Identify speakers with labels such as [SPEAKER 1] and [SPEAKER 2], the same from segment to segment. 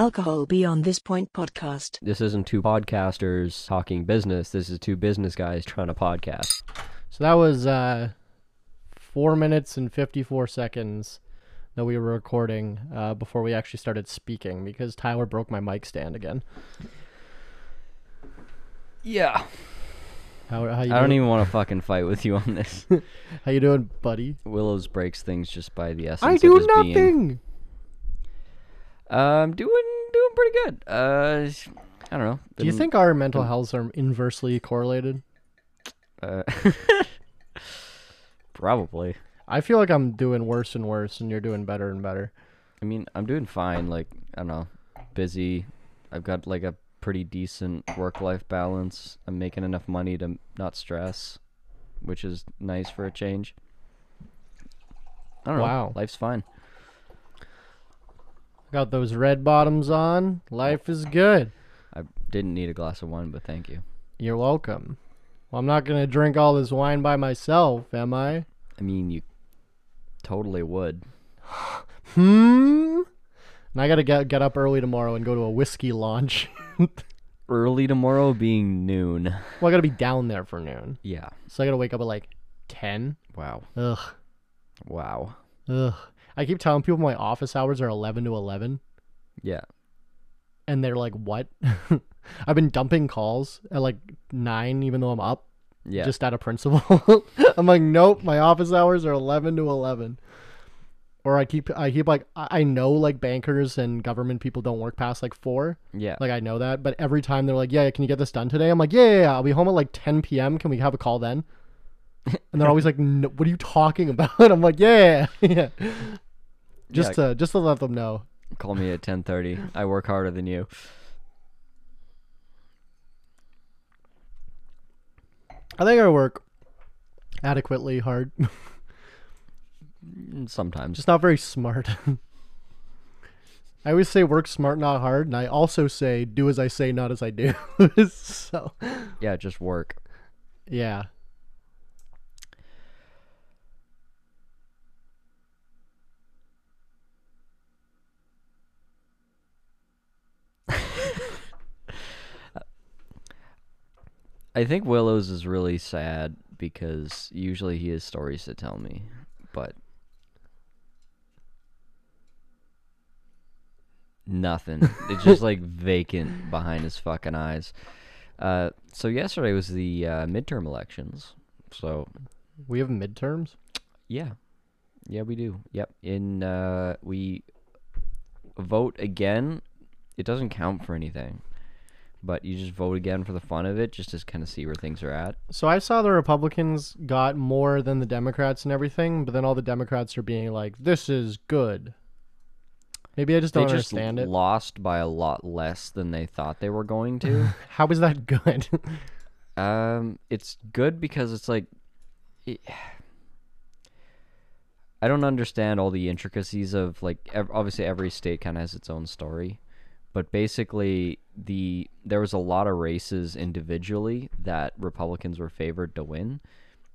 [SPEAKER 1] Alcohol Beyond This Point podcast.
[SPEAKER 2] This isn't two podcasters talking business. This is two business guys trying to podcast.
[SPEAKER 3] So that was uh, four minutes and 54 seconds that we were recording uh, before we actually started speaking because Tyler broke my mic stand again.
[SPEAKER 2] Yeah.
[SPEAKER 3] How, how, you,
[SPEAKER 2] I don't
[SPEAKER 3] doing?
[SPEAKER 2] even want to fucking fight with you on this.
[SPEAKER 3] how you doing, buddy?
[SPEAKER 2] Willows breaks things just by the essence.
[SPEAKER 3] I
[SPEAKER 2] of
[SPEAKER 3] do
[SPEAKER 2] his
[SPEAKER 3] nothing.
[SPEAKER 2] Being. Um, doing doing pretty good. Uh, I don't know.
[SPEAKER 3] Do you
[SPEAKER 2] Been-
[SPEAKER 3] think our mental healths are inversely correlated?
[SPEAKER 2] Uh, probably.
[SPEAKER 3] I feel like I'm doing worse and worse, and you're doing better and better.
[SPEAKER 2] I mean, I'm doing fine. Like I don't know, busy. I've got like a pretty decent work-life balance. I'm making enough money to not stress, which is nice for a change. I don't
[SPEAKER 3] Wow.
[SPEAKER 2] know. Life's fine.
[SPEAKER 3] Got those red bottoms on. Life is good.
[SPEAKER 2] I didn't need a glass of wine, but thank you.
[SPEAKER 3] You're welcome. Well, I'm not gonna drink all this wine by myself, am I?
[SPEAKER 2] I mean, you totally would.
[SPEAKER 3] Hmm. And I gotta get get up early tomorrow and go to a whiskey launch. well,
[SPEAKER 2] Early tomorrow being noon.
[SPEAKER 3] I gotta be down there for noon,
[SPEAKER 2] Yeah.
[SPEAKER 3] so I gotta wake up at like ten.
[SPEAKER 2] Wow.
[SPEAKER 3] Ugh,
[SPEAKER 2] Wow.
[SPEAKER 3] ugh. I keep telling people my office hours are eleven to eleven,
[SPEAKER 2] Yeah.
[SPEAKER 3] and they're like, "What?" I've been dumping calls at like nine, even though I'm up,
[SPEAKER 2] Yeah.
[SPEAKER 3] just out of principle. I'm like, "Nope, my office hours are eleven to eleven. Or I keep I keep like I I know like bankers and government people don't work past like four.
[SPEAKER 2] yeah.
[SPEAKER 3] Like I know that, but every time they're like, "Yeah, can you get this done today?" I'm like, "Yeah, yeah, yeah. I'll be home at like 10 p.m. Can we have a call then?" And they're always like, no, "What are you talking about?" I'm like, "Yeah, yeah." Just to just to let them know.
[SPEAKER 2] Call me at 10:30. I work harder than you.
[SPEAKER 3] I think I work adequately hard,
[SPEAKER 2] Mm, Sometimes.
[SPEAKER 3] just not very smart. I always say work smart, not hard, and I also say do as I say, not as I do. so,
[SPEAKER 2] Yeah, just work.
[SPEAKER 3] yeah.
[SPEAKER 2] I think Willow's is really sad because usually he has stories to tell me, but nothing. it's just like vacant behind his fucking eyes. Uh, so yesterday was the uh, midterm elections. So
[SPEAKER 3] We have midterms.
[SPEAKER 2] yeah, yeah, we do. Yep, in uh, we vote again. It doesn't count for anything, but you just vote again for the fun of it, just to kind of see where things are at.
[SPEAKER 3] So I saw the Republicans got more than the Democrats and everything, but then all the Democrats are being like, "This is good." Maybe I just don't
[SPEAKER 2] they just
[SPEAKER 3] understand it.
[SPEAKER 2] lost by a lot less than they thought they were going to.
[SPEAKER 3] How is that good?
[SPEAKER 2] um, it's good because it's like it- I don't understand all the intricacies of like ev- obviously every state kind of has its own story, but basically the there was a lot of races individually that Republicans were favored to win,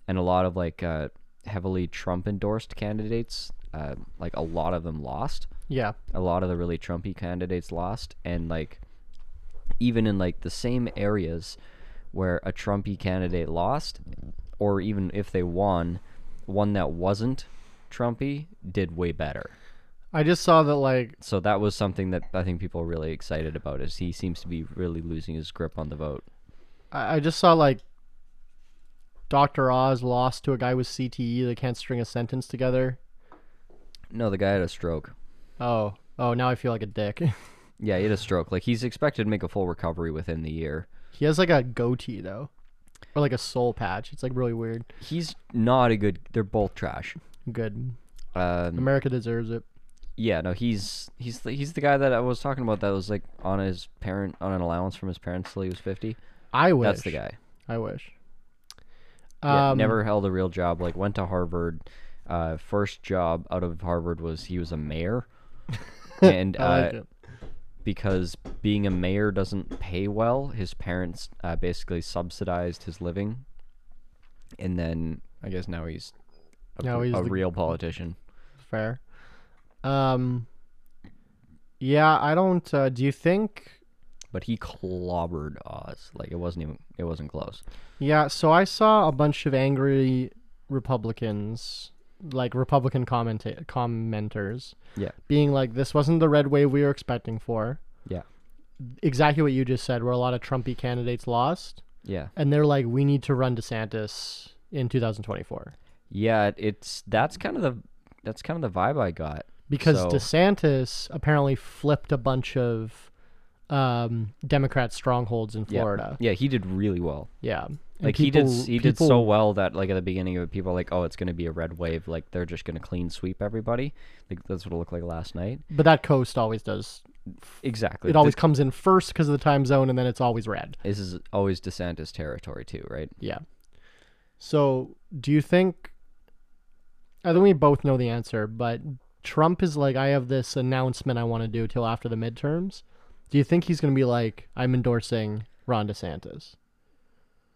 [SPEAKER 2] and a lot of like uh, heavily Trump endorsed candidates. Uh, like a lot of them lost
[SPEAKER 3] yeah,
[SPEAKER 2] a lot of the really Trumpy candidates lost, and like even in like the same areas where a Trumpy candidate lost, or even if they won, one that wasn't Trumpy did way better.
[SPEAKER 3] I just saw that like
[SPEAKER 2] So that was something that I think people are really excited about. Is he seems to be really losing his grip on the vote?
[SPEAKER 3] I, I just saw like Doctor Oz lost to a guy with CTE that can't string a sentence together.
[SPEAKER 2] No, the guy had a stroke.
[SPEAKER 3] Oh, oh, now I feel like a dick.
[SPEAKER 2] Yeah, he had a stroke. Like he's expected to make a full recovery within the year.
[SPEAKER 3] he has like a goatee though, or like a soul patch. It's like really weird.
[SPEAKER 2] He's not a good. They're both trash.
[SPEAKER 3] Good.
[SPEAKER 2] Um,
[SPEAKER 3] America deserves it.
[SPEAKER 2] yeah no he's he's the, he's the guy that i was talking about that was like on his parent on an allowance from his parents till he was 50
[SPEAKER 3] I wish. Um,
[SPEAKER 2] that's the guy
[SPEAKER 3] I wish.
[SPEAKER 2] yeah, never held a real job like went to harvard uh, first job out of harvard was he was a mayor and
[SPEAKER 3] I
[SPEAKER 2] uh,
[SPEAKER 3] like it.
[SPEAKER 2] because being a mayor doesn't pay well his parents uh, basically subsidized his living and then i guess now he's a,
[SPEAKER 3] Now
[SPEAKER 2] pr-
[SPEAKER 3] he's
[SPEAKER 2] a
[SPEAKER 3] the-
[SPEAKER 2] real politician
[SPEAKER 3] Fair. Um, Yeah, I don't. Uh, do you think?
[SPEAKER 2] But he clobbered Oz. Like it wasn't even it wasn't close.
[SPEAKER 3] Yeah, so I saw a bunch of angry Republicans, like Republican commenta- commenters,
[SPEAKER 2] Yeah.
[SPEAKER 3] being like, "This wasn't the red wave we were expecting for."
[SPEAKER 2] Yeah.
[SPEAKER 3] Exactly what you just said, where a lot of Trumpy candidates lost,
[SPEAKER 2] Yeah.
[SPEAKER 3] and they're like, "We need to run DeSantis in 2024."
[SPEAKER 2] Yeah, it's that's kind of the that's kind of the vibe I got.
[SPEAKER 3] because
[SPEAKER 2] So-
[SPEAKER 3] DeSantis apparently flipped a bunch of um, Democrat strongholds in
[SPEAKER 2] Yeah.
[SPEAKER 3] Florida.
[SPEAKER 2] Yeah, he did really well.
[SPEAKER 3] Yeah, And
[SPEAKER 2] Like he did
[SPEAKER 3] people-
[SPEAKER 2] s- he did so
[SPEAKER 3] people-
[SPEAKER 2] well that like at the beginning of it people were like, "Oh, it's going to be a red wave, like they're just going to clean sweep everybody." Like that's what it looked like last night.
[SPEAKER 3] But that coast always does.
[SPEAKER 2] Exactly.
[SPEAKER 3] It
[SPEAKER 2] The-
[SPEAKER 3] always comes in first because of the time zone, and then it's always red.
[SPEAKER 2] this is always DeSantis territory too, right?
[SPEAKER 3] Yeah. So, do you think? I think we both know the answer, but Trump is like, I have this announcement I want to do till after the midterms. Do you think he's going to be like, I'm endorsing Ron DeSantis?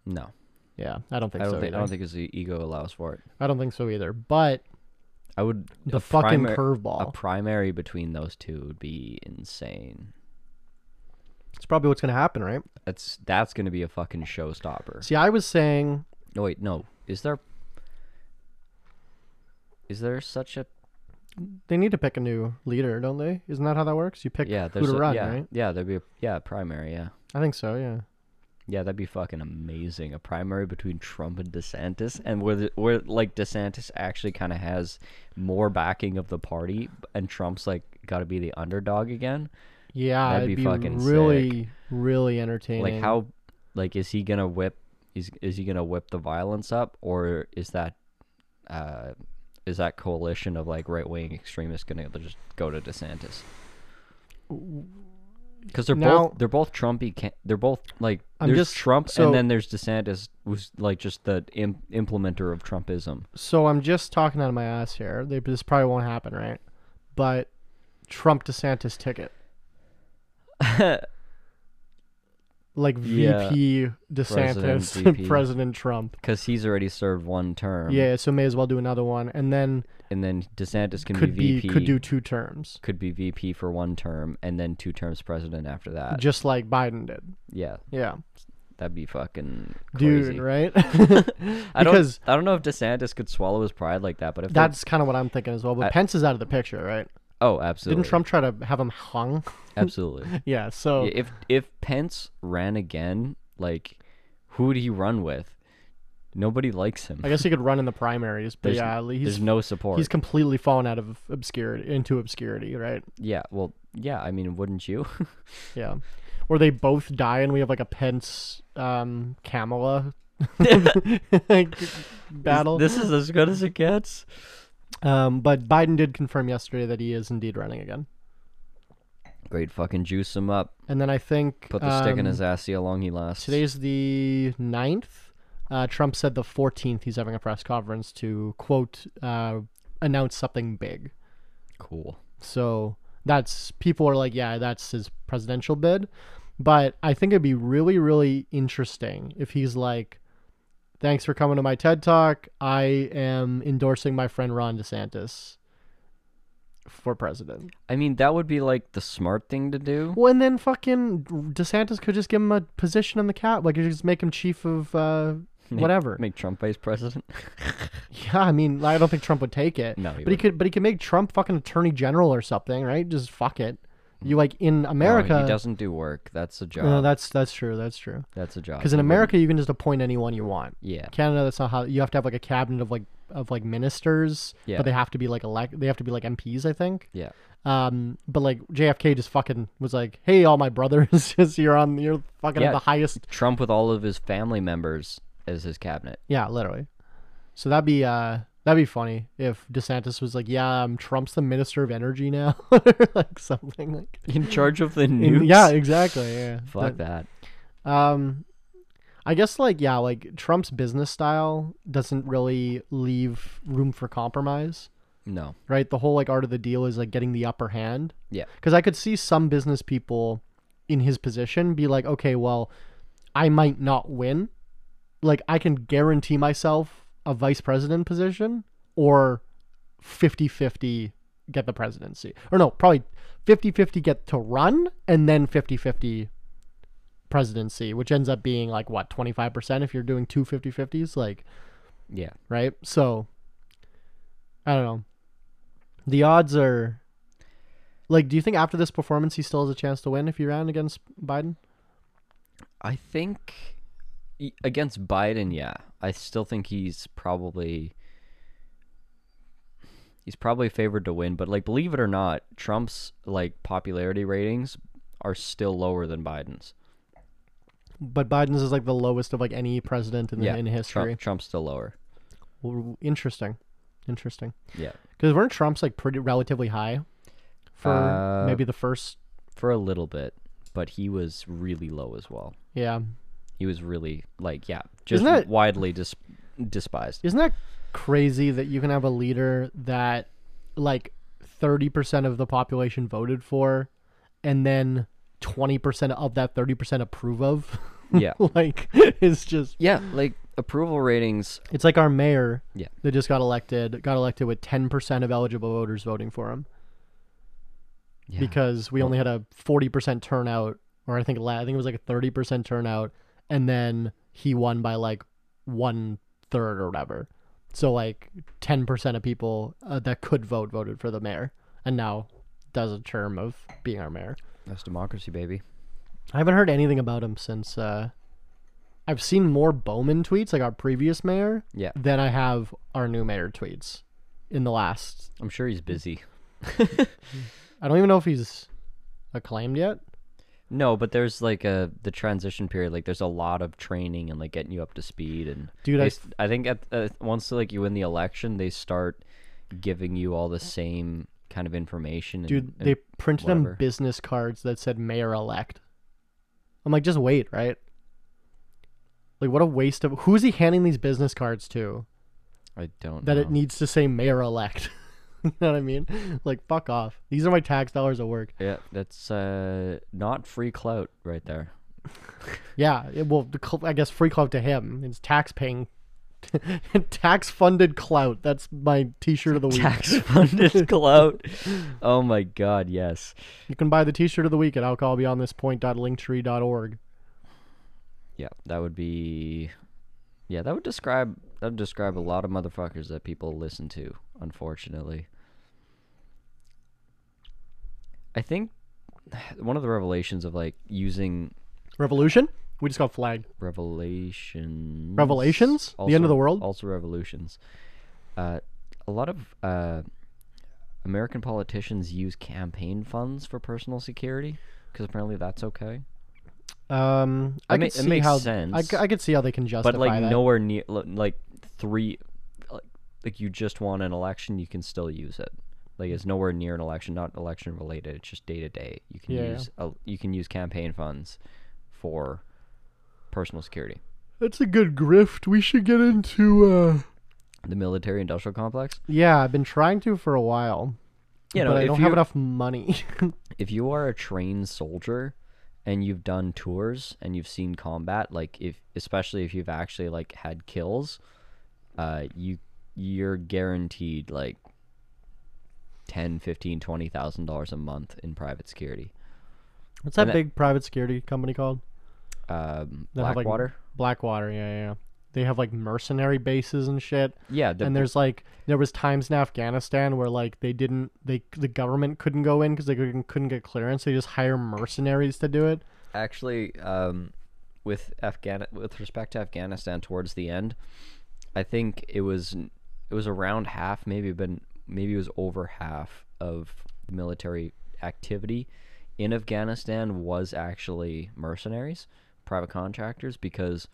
[SPEAKER 2] No.
[SPEAKER 3] Yeah, I don't think
[SPEAKER 2] I don't
[SPEAKER 3] so
[SPEAKER 2] think
[SPEAKER 3] either.
[SPEAKER 2] I don't think his e- ego allows for it.
[SPEAKER 3] I don't think so either. But
[SPEAKER 2] I would
[SPEAKER 3] the
[SPEAKER 2] a
[SPEAKER 3] fucking
[SPEAKER 2] primar-
[SPEAKER 3] curveball.
[SPEAKER 2] A primary between those two would be insane.
[SPEAKER 3] It's probably what's going to happen, right?
[SPEAKER 2] That's that's going to be a fucking showstopper.
[SPEAKER 3] See, I was saying,
[SPEAKER 2] No, wait, no. Is there Is there such a
[SPEAKER 3] they need to pick a new leader, don't they? Isn't that how that works? You pick
[SPEAKER 2] Yeah,
[SPEAKER 3] who
[SPEAKER 2] there's
[SPEAKER 3] to
[SPEAKER 2] a,
[SPEAKER 3] run,
[SPEAKER 2] yeah,
[SPEAKER 3] right?
[SPEAKER 2] Yeah, there'd be a yeah, primary, yeah.
[SPEAKER 3] I think so, yeah.
[SPEAKER 2] Yeah, that'd be fucking amazing. A primary between Trump and DeSantis, and where the, where like DeSantis actually kind of has more backing of the party, and Trump's like got to be the underdog again.
[SPEAKER 3] Yeah,
[SPEAKER 2] That'd
[SPEAKER 3] it'd
[SPEAKER 2] be
[SPEAKER 3] be,
[SPEAKER 2] fucking
[SPEAKER 3] really, really entertaining.
[SPEAKER 2] Like how, like is he gonna whip? Is is he gonna whip the violence up, or is that, uh, is that coalition of like right wing extremists gonna just go to DeSantis? Because they're
[SPEAKER 3] Now-
[SPEAKER 2] both they're both Trumpy. Can- they're both like
[SPEAKER 3] I'm
[SPEAKER 2] there's
[SPEAKER 3] just-
[SPEAKER 2] Trump,
[SPEAKER 3] so-
[SPEAKER 2] and then there's DeSantis, who's like just the Im- implementer of Trumpism.
[SPEAKER 3] So I'm just talking out of my ass here. They, this probably won't happen, right? But Trump DeSantis ticket, like
[SPEAKER 2] Yeah.
[SPEAKER 3] VP DeSantis,
[SPEAKER 2] President
[SPEAKER 3] President,
[SPEAKER 2] VP.
[SPEAKER 3] Trump.
[SPEAKER 2] Because he's already served one term.
[SPEAKER 3] Yeah, so may as well do another one, and then
[SPEAKER 2] And then DeSantis can
[SPEAKER 3] could
[SPEAKER 2] be
[SPEAKER 3] be,
[SPEAKER 2] VP.
[SPEAKER 3] could do two terms,
[SPEAKER 2] could be VP for one term and then two terms president after that.
[SPEAKER 3] just like Biden did.
[SPEAKER 2] yeah,
[SPEAKER 3] Yeah,
[SPEAKER 2] that'd be fucking crazy.
[SPEAKER 3] dude, right?
[SPEAKER 2] I don't,
[SPEAKER 3] because-
[SPEAKER 2] I don't know if DeSantis could swallow his pride like that, but if they-
[SPEAKER 3] That's kind of what I'm thinking as well. But
[SPEAKER 2] I-
[SPEAKER 3] Pence is out of the picture, right?
[SPEAKER 2] oh, absolutely,
[SPEAKER 3] Didn't Trump Oh. try to have him hung?
[SPEAKER 2] absolutely. Yeah,
[SPEAKER 3] yeah. So
[SPEAKER 2] if if Pence ran again, like who would he run with? Nobody likes him.
[SPEAKER 3] I guess he could run in the primaries, but
[SPEAKER 2] There's-
[SPEAKER 3] yeah, he's
[SPEAKER 2] There's no support.
[SPEAKER 3] he's completely fallen out of obscurity into obscurity, right?
[SPEAKER 2] Yeah, well, yeah. I mean, wouldn't you?
[SPEAKER 3] Yeah. Where they both die, and we have like a Pence um Kamala battle.
[SPEAKER 2] This is as good as it gets.
[SPEAKER 3] Um, but Biden did confirm yesterday that he is indeed running again.
[SPEAKER 2] Great, fucking juice him up.
[SPEAKER 3] And then I think
[SPEAKER 2] Put the stick in
[SPEAKER 3] um,
[SPEAKER 2] his ass. See how long he lasts.
[SPEAKER 3] Today's the 9th. Uh, Trump said the 14th he's having a press conference to, quote, uh, announce something big.
[SPEAKER 2] cool.
[SPEAKER 3] So that's, people are like, yeah, that's his presidential bid. But I think it'd be really, really interesting if he's like, thanks for coming to my TED Talk. I am endorsing my friend Ron DeSantis for president.
[SPEAKER 2] I mean, that would be like the smart thing to do.
[SPEAKER 3] Well, and then fucking DeSantis could just give him a position on the cap. Like, just make him chief of uh,
[SPEAKER 2] Make-
[SPEAKER 3] whatever.
[SPEAKER 2] Make Trump vice president.
[SPEAKER 3] Yeah, I mean, I don't think Trump would take it.
[SPEAKER 2] No, he
[SPEAKER 3] but he could. But he could make Trump fucking attorney general or something, right? Just fuck it. You like in America?
[SPEAKER 2] Mm. No, he doesn't do work. That's a job.
[SPEAKER 3] No, that's that's true. That's true.
[SPEAKER 2] that's a job.
[SPEAKER 3] Because
[SPEAKER 2] He
[SPEAKER 3] in
[SPEAKER 2] wouldn't-
[SPEAKER 3] America, you can just appoint anyone you want.
[SPEAKER 2] yeah,
[SPEAKER 3] Canada, that's not how. You have to have like a cabinet of like of like ministers.
[SPEAKER 2] Yeah.
[SPEAKER 3] But they have to be like elect. They have to be like MPs, I think.
[SPEAKER 2] yeah.
[SPEAKER 3] Um. But like JFK just fucking was like, hey, all my brothers, just you're on. You're fucking
[SPEAKER 2] Yeah.
[SPEAKER 3] the highest.
[SPEAKER 2] Trump with all of his family members as his cabinet.
[SPEAKER 3] Yeah, literally. So that'd be uh that'd be funny if DeSantis was like, yeah, um, Trump's the minister of energy now, like something like.
[SPEAKER 2] In charge of the
[SPEAKER 3] In-
[SPEAKER 2] news.
[SPEAKER 3] yeah, exactly. Yeah.
[SPEAKER 2] Fuck that.
[SPEAKER 3] But, um, I guess like yeah, like Trump's business style doesn't really leave room for compromise,
[SPEAKER 2] No.
[SPEAKER 3] right? The whole like art of the deal is like getting the upper hand.
[SPEAKER 2] Yeah.
[SPEAKER 3] Because I could see some business people in his position be like, okay, well, I might not win. Like, I can guarantee myself a vice president position or 50 50 get the presidency. Or no, probably 50-50 get to run and then 50-50 presidency, which ends up being like what, 25% if you're doing two 50-50s like,
[SPEAKER 2] Yeah.
[SPEAKER 3] right? So I don't know. The odds are like do you think after this performance he still has a chance to win if he ran against Biden?
[SPEAKER 2] I think e- against Biden, yeah, I still think he's probably he's probably favored to win. But like, believe it or not, Trump's like popularity ratings are still lower than Biden's.
[SPEAKER 3] But Biden's is like the lowest of like any president in,
[SPEAKER 2] yeah,
[SPEAKER 3] in history.
[SPEAKER 2] Trump, Trump's still lower.
[SPEAKER 3] Well, Interesting. Interesting.
[SPEAKER 2] Yeah,
[SPEAKER 3] Because weren't Trump's like pretty relatively high for
[SPEAKER 2] Uh,
[SPEAKER 3] maybe the first?
[SPEAKER 2] for a little bit, but he was really low as well.
[SPEAKER 3] Yeah,
[SPEAKER 2] He was really like, yeah, just
[SPEAKER 3] that-
[SPEAKER 2] widely dis- despised.
[SPEAKER 3] isn't that crazy that you can have a leader that like thirty percent of the population voted for, and then twenty percent of that thirty percent approve of?
[SPEAKER 2] Yeah.
[SPEAKER 3] like it's just
[SPEAKER 2] Yeah, like approval ratings.
[SPEAKER 3] it's like our mayor
[SPEAKER 2] Yeah.
[SPEAKER 3] that just got elected got elected with ten percent of eligible voters voting for him
[SPEAKER 2] Yeah.
[SPEAKER 3] because we only had a forty percent turnout, or I think la- I think it was like a thirty percent turnout, and then he won by like one third or whatever. So like ten percent of people uh, that could vote voted for the mayor, and now does a term of being our mayor.
[SPEAKER 2] that's democracy, baby.
[SPEAKER 3] I haven't heard anything about him since. Uh, I've seen more Bowman tweets, like our previous mayor,
[SPEAKER 2] Yeah,
[SPEAKER 3] than I have our new mayor tweets in the last.
[SPEAKER 2] I'm sure he's busy.
[SPEAKER 3] I don't even know if he's acclaimed yet.
[SPEAKER 2] No, but there's like a the transition period. Like there's a lot of training and like getting you up to speed. And
[SPEAKER 3] Dude, I
[SPEAKER 2] they
[SPEAKER 3] s-
[SPEAKER 2] s- I think at uh, once like you win the election, they start giving you all the same kind of information. And,
[SPEAKER 3] Dude,
[SPEAKER 2] and-
[SPEAKER 3] they printed
[SPEAKER 2] whatever.
[SPEAKER 3] them business cards that said mayor elect. I'm like, just wait, right? Like, what a waste of. Who is he handing these business cards to
[SPEAKER 2] I don't
[SPEAKER 3] that
[SPEAKER 2] know.
[SPEAKER 3] it needs to say mayor elect? you know what I mean? Like, fuck off. These are my tax dollars at work.
[SPEAKER 2] yeah, that's uh not free clout right there.
[SPEAKER 3] Yeah, it, well, the cl- I guess free clout to him. It's tax paying. tax funded clout. That's my t shirt of the week.
[SPEAKER 2] Tax funded clout. Oh my god, yes.
[SPEAKER 3] You can buy the t shirt of the week at alcoholbeyondthispoint.linktree.org.
[SPEAKER 2] Yeah, that would be. Yeah, that would describe that would describe a lot of motherfuckers that people listen to. Unfortunately, I think one of the revelations of like using
[SPEAKER 3] Revolution? We just got flagged.
[SPEAKER 2] revelations,
[SPEAKER 3] Revelations? The end of the world?
[SPEAKER 2] also revolutions. Uh, a lot of uh, American politicians use campaign funds for personal security because apparently that's okay.
[SPEAKER 3] Um, I
[SPEAKER 2] It ma-
[SPEAKER 3] could
[SPEAKER 2] it
[SPEAKER 3] see
[SPEAKER 2] makes
[SPEAKER 3] how
[SPEAKER 2] sense.
[SPEAKER 3] I, c- I could see how they can justify
[SPEAKER 2] but like
[SPEAKER 3] that.
[SPEAKER 2] nowhere near li- like three like, like you just won an election you can still use it like it's nowhere near an election not election related it's just day to day you can
[SPEAKER 3] Yeah, yeah.
[SPEAKER 2] use uh, you can use campaign funds for personal security
[SPEAKER 3] That's a good grift. We should get into. uh
[SPEAKER 2] the military industrial complex
[SPEAKER 3] Yeah, I've been trying to for a while,
[SPEAKER 2] you know
[SPEAKER 3] but I
[SPEAKER 2] if,
[SPEAKER 3] don't
[SPEAKER 2] you,
[SPEAKER 3] have enough money.
[SPEAKER 2] if you are a trained soldier and you've done tours and you've seen combat like if especially if you've actually like had kills uh you you're guaranteed like 10 15 20 thousand dollars a month in private security
[SPEAKER 3] What's that
[SPEAKER 2] And that-
[SPEAKER 3] big private security company called?
[SPEAKER 2] um
[SPEAKER 3] They have, like,
[SPEAKER 2] blackwater
[SPEAKER 3] Blackwater. Yeah, yeah. yeah. They have like mercenary bases and shit.
[SPEAKER 2] yeah the,
[SPEAKER 3] and there's like there was times in Afghanistan where like they didn't they the government couldn't go in because they couldn't, couldn't get clearance. They just hire mercenaries to do it.
[SPEAKER 2] actually um with afghan with respect to afghanistan towards the end i think it was it was around half maybe been maybe it was over half of the military activity in afghanistan was actually mercenaries private contractors because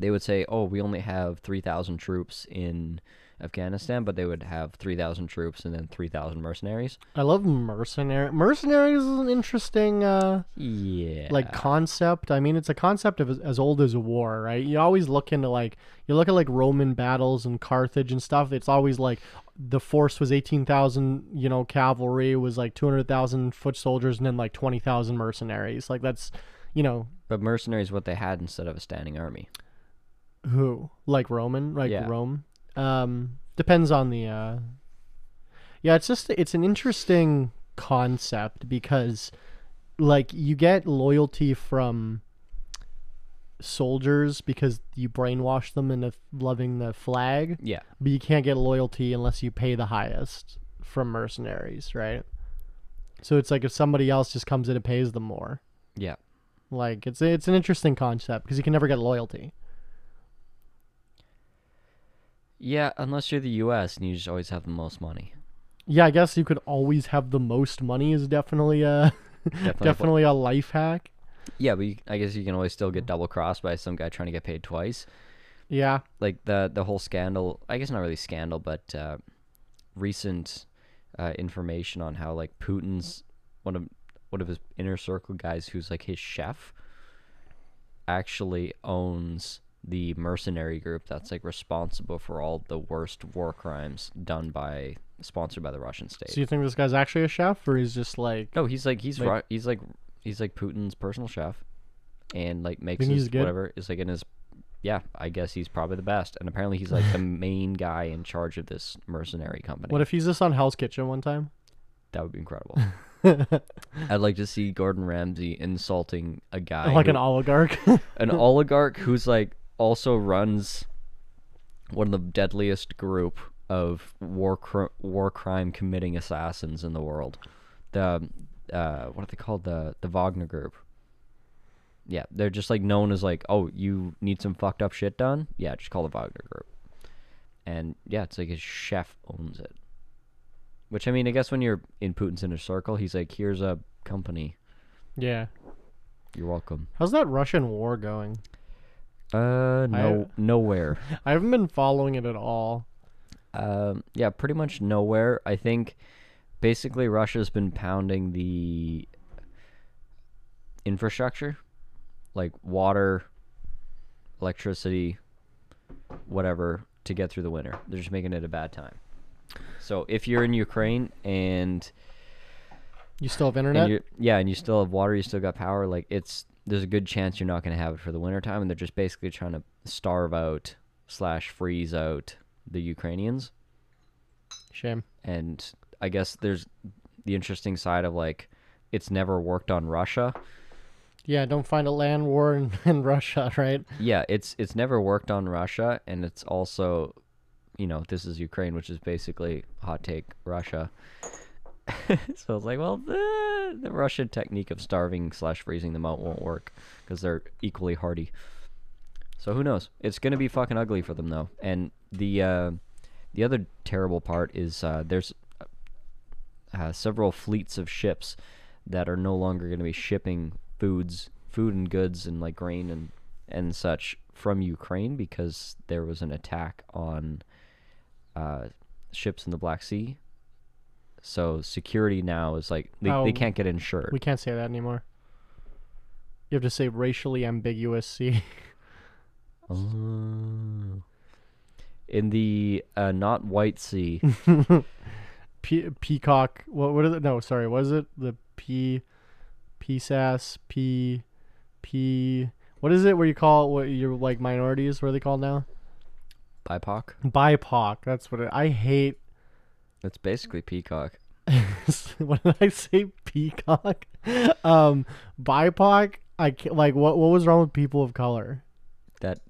[SPEAKER 2] they would say oh we only have 3000 troops in afghanistan but they would have 3000 troops and then 3000 mercenaries
[SPEAKER 3] I love mercenary mercenaries is an interesting uh
[SPEAKER 2] yeah
[SPEAKER 3] like concept. I mean, it's a concept of as, as old as war, right? You always look into like you look at like Roman battles and Carthage and stuff. It's always like the force was eighteen thousand, you know, cavalry was like two hundred thousand foot soldiers, and then like twenty thousand mercenaries. Like that's, you know,
[SPEAKER 2] but mercenaries what they had instead of a standing army
[SPEAKER 3] who like Roman, like
[SPEAKER 2] Yeah.
[SPEAKER 3] Rome. Um, depends on the. uh Yeah, it's just it's an interesting concept because like you get loyalty from soldiers because you brainwash them into loving the flag,
[SPEAKER 2] Yeah.
[SPEAKER 3] but you can't get loyalty unless you pay the highest from mercenaries, right? So it's like if somebody else just comes in and pays them more.
[SPEAKER 2] Yeah.
[SPEAKER 3] Like it's it's an interesting concept because you can never get loyalty.
[SPEAKER 2] Yeah, unless you're the US and you just always have the most money.
[SPEAKER 3] Yeah, I guess you could always have the most money is definitely a
[SPEAKER 2] Definitely.
[SPEAKER 3] definitely a life hack.
[SPEAKER 2] Yeah, but you, I guess you can always still get double crossed by some guy trying to get paid twice.
[SPEAKER 3] Yeah.
[SPEAKER 2] Like the the whole scandal, I guess not really scandal, but uh, recent uh, information on how like Putin's one of one of his inner circle guys who's like his chef actually owns the mercenary group that's like responsible for all the worst war crimes done by sponsored by the Russian state.
[SPEAKER 3] So you think this guy's actually a chef, or he's just like
[SPEAKER 2] No, he's like he's
[SPEAKER 3] Like-
[SPEAKER 2] Ru- he's like he's like Putin's personal chef, and like makes
[SPEAKER 3] Think
[SPEAKER 2] his
[SPEAKER 3] he's good?
[SPEAKER 2] whatever is like in his. Yeah, I guess he's probably the best, and apparently he's like the main guy in charge of this mercenary company.
[SPEAKER 3] what if he's just on Hell's Kitchen one time?
[SPEAKER 2] that would be incredible. I'd like to see Gordon Ramsay insulting a guy
[SPEAKER 3] like
[SPEAKER 2] who-
[SPEAKER 3] an oligarch.
[SPEAKER 2] an oligarch who's like also runs one of the deadliest group of war cr- war crime committing assassins in the world. The uh, what are they called? The the Wagner Group. Yeah, they're just like known as like, oh, you need some fucked up shit done. Yeah, just call the Wagner Group. And yeah, it's like his chef owns it. Which I mean, I guess when you're in Putin's inner circle, he's like, here's a company.
[SPEAKER 3] yeah.
[SPEAKER 2] You're welcome.
[SPEAKER 3] How's that Russian war going?
[SPEAKER 2] Uh, no, nowhere.
[SPEAKER 3] I haven't been following it at all.
[SPEAKER 2] Um, yeah, pretty much nowhere. I think basically Russia's been pounding the infrastructure, like water, electricity, whatever, to get through the winter. They're just making it a bad time. So if you're in Ukraine and,
[SPEAKER 3] You still have
[SPEAKER 2] and
[SPEAKER 3] internet?
[SPEAKER 2] you're, yeah, and you still have water, you still got power, like it's there's a good chance you're not going to have it for the winter time, and they're just basically trying to starve out slash freeze out the Ukrainians.
[SPEAKER 3] Shame.
[SPEAKER 2] and I guess there's the interesting side of like it's never worked on Russia.
[SPEAKER 3] Yeah, don't find a land war in, in Russia, right?
[SPEAKER 2] Yeah, it's it's never worked on Russia, and it's also, you know, this is Ukraine, which is basically hot take Russia. so it's like, well, the, the Russian technique of starving slash freezing them out won't work because they're equally hardy. So who knows? It's gonna be fucking ugly for them though. And the uh, the other terrible part is uh, there's uh, several fleets of ships that are no longer going to be shipping foods, food and goods, and like grain and and such from Ukraine because there was an attack on uh, ships in the Black Sea. So security now is like they,
[SPEAKER 3] Oh,
[SPEAKER 2] they can't get insured.
[SPEAKER 3] We can't say that anymore. You have to say racially ambiguous. See,
[SPEAKER 2] Oh. In the uh, not White Sea,
[SPEAKER 3] Pe- peacock. What? What is it? No, sorry. What is it? The p, PSAS, p, p. What is it? Where you call what you're like minorities? What are they called now?
[SPEAKER 2] BIPOC.
[SPEAKER 3] BIPOC. That's what it, I hate.
[SPEAKER 2] That's basically peacock.
[SPEAKER 3] what did I say? Peacock. Um, BIPOC. I ca- like what? What was wrong with people of color?
[SPEAKER 2] That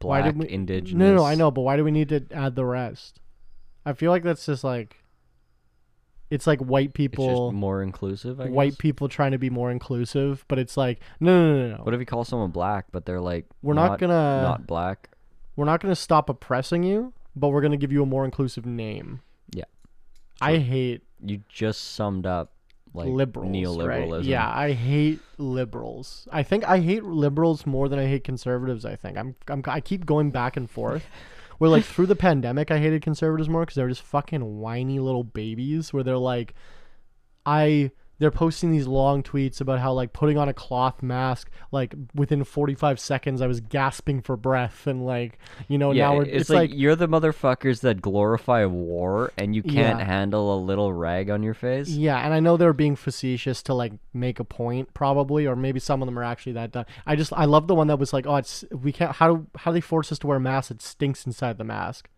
[SPEAKER 3] Why
[SPEAKER 2] black
[SPEAKER 3] did we-
[SPEAKER 2] indigenous.
[SPEAKER 3] No, no, no, I know, but why do we need to add the rest? I feel like that's just like it's like white
[SPEAKER 2] It's just
[SPEAKER 3] people,
[SPEAKER 2] more inclusive. I
[SPEAKER 3] white
[SPEAKER 2] guess.
[SPEAKER 3] people trying to be more inclusive, but it's like no, no, no, no. no.
[SPEAKER 2] What if you call someone black, but they're like
[SPEAKER 3] We're not, gonna uh,
[SPEAKER 2] not black?
[SPEAKER 3] we're not gonna stop oppressing you, but we're gonna give you a more inclusive name.
[SPEAKER 2] Yeah.
[SPEAKER 3] I hate
[SPEAKER 2] You just summed up like
[SPEAKER 3] liberals.
[SPEAKER 2] neoliberalism.
[SPEAKER 3] Right? Yeah, I hate liberals. I think I hate liberals more than I hate conservatives. I think I'm, I'm I keep going back and forth. Where like through the pandemic, I hated conservatives more because they were just fucking whiny little babies. Where they're like, I they're posting these long tweets about how like putting on a cloth mask like within 45 seconds I was gasping for breath and like you know
[SPEAKER 2] Yeah,
[SPEAKER 3] now we're,
[SPEAKER 2] it's, like,
[SPEAKER 3] like
[SPEAKER 2] you're the motherfuckers that glorify war, and you can't
[SPEAKER 3] Yeah.
[SPEAKER 2] handle a little rag on your face.
[SPEAKER 3] Yeah, and I know they're being facetious to like make a point, probably, or maybe some of them are actually that dumb. I just I love the one that was like, oh, it's we can't. How do how do they force us to wear masks? It stinks inside the mask.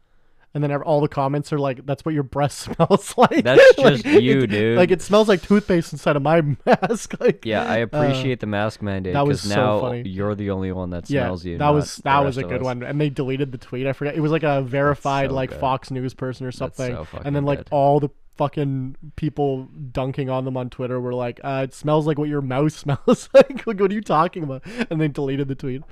[SPEAKER 3] And then ev- all the comments are like, "That's what your breath smells like."
[SPEAKER 2] That's
[SPEAKER 3] Like,
[SPEAKER 2] just you,
[SPEAKER 3] it-
[SPEAKER 2] dude.
[SPEAKER 3] Like it smells like toothpaste inside of my mask. like
[SPEAKER 2] Yeah, I appreciate the mask mandate
[SPEAKER 3] that was
[SPEAKER 2] because
[SPEAKER 3] so
[SPEAKER 2] now
[SPEAKER 3] funny.
[SPEAKER 2] you're the only one that
[SPEAKER 3] yeah,
[SPEAKER 2] smells you.
[SPEAKER 3] that
[SPEAKER 2] not
[SPEAKER 3] was
[SPEAKER 2] the
[SPEAKER 3] that was a
[SPEAKER 2] rest of
[SPEAKER 3] good
[SPEAKER 2] us.
[SPEAKER 3] one. And they deleted the tweet. I forget. It was like a verified
[SPEAKER 2] so
[SPEAKER 3] like
[SPEAKER 2] good.
[SPEAKER 3] Fox News person or something.
[SPEAKER 2] so
[SPEAKER 3] and then
[SPEAKER 2] fucking
[SPEAKER 3] like
[SPEAKER 2] good.
[SPEAKER 3] all the fucking people dunking on them on Twitter were like, uh, "It smells like what your mouth smells like." like what are you talking about? And they deleted the tweet.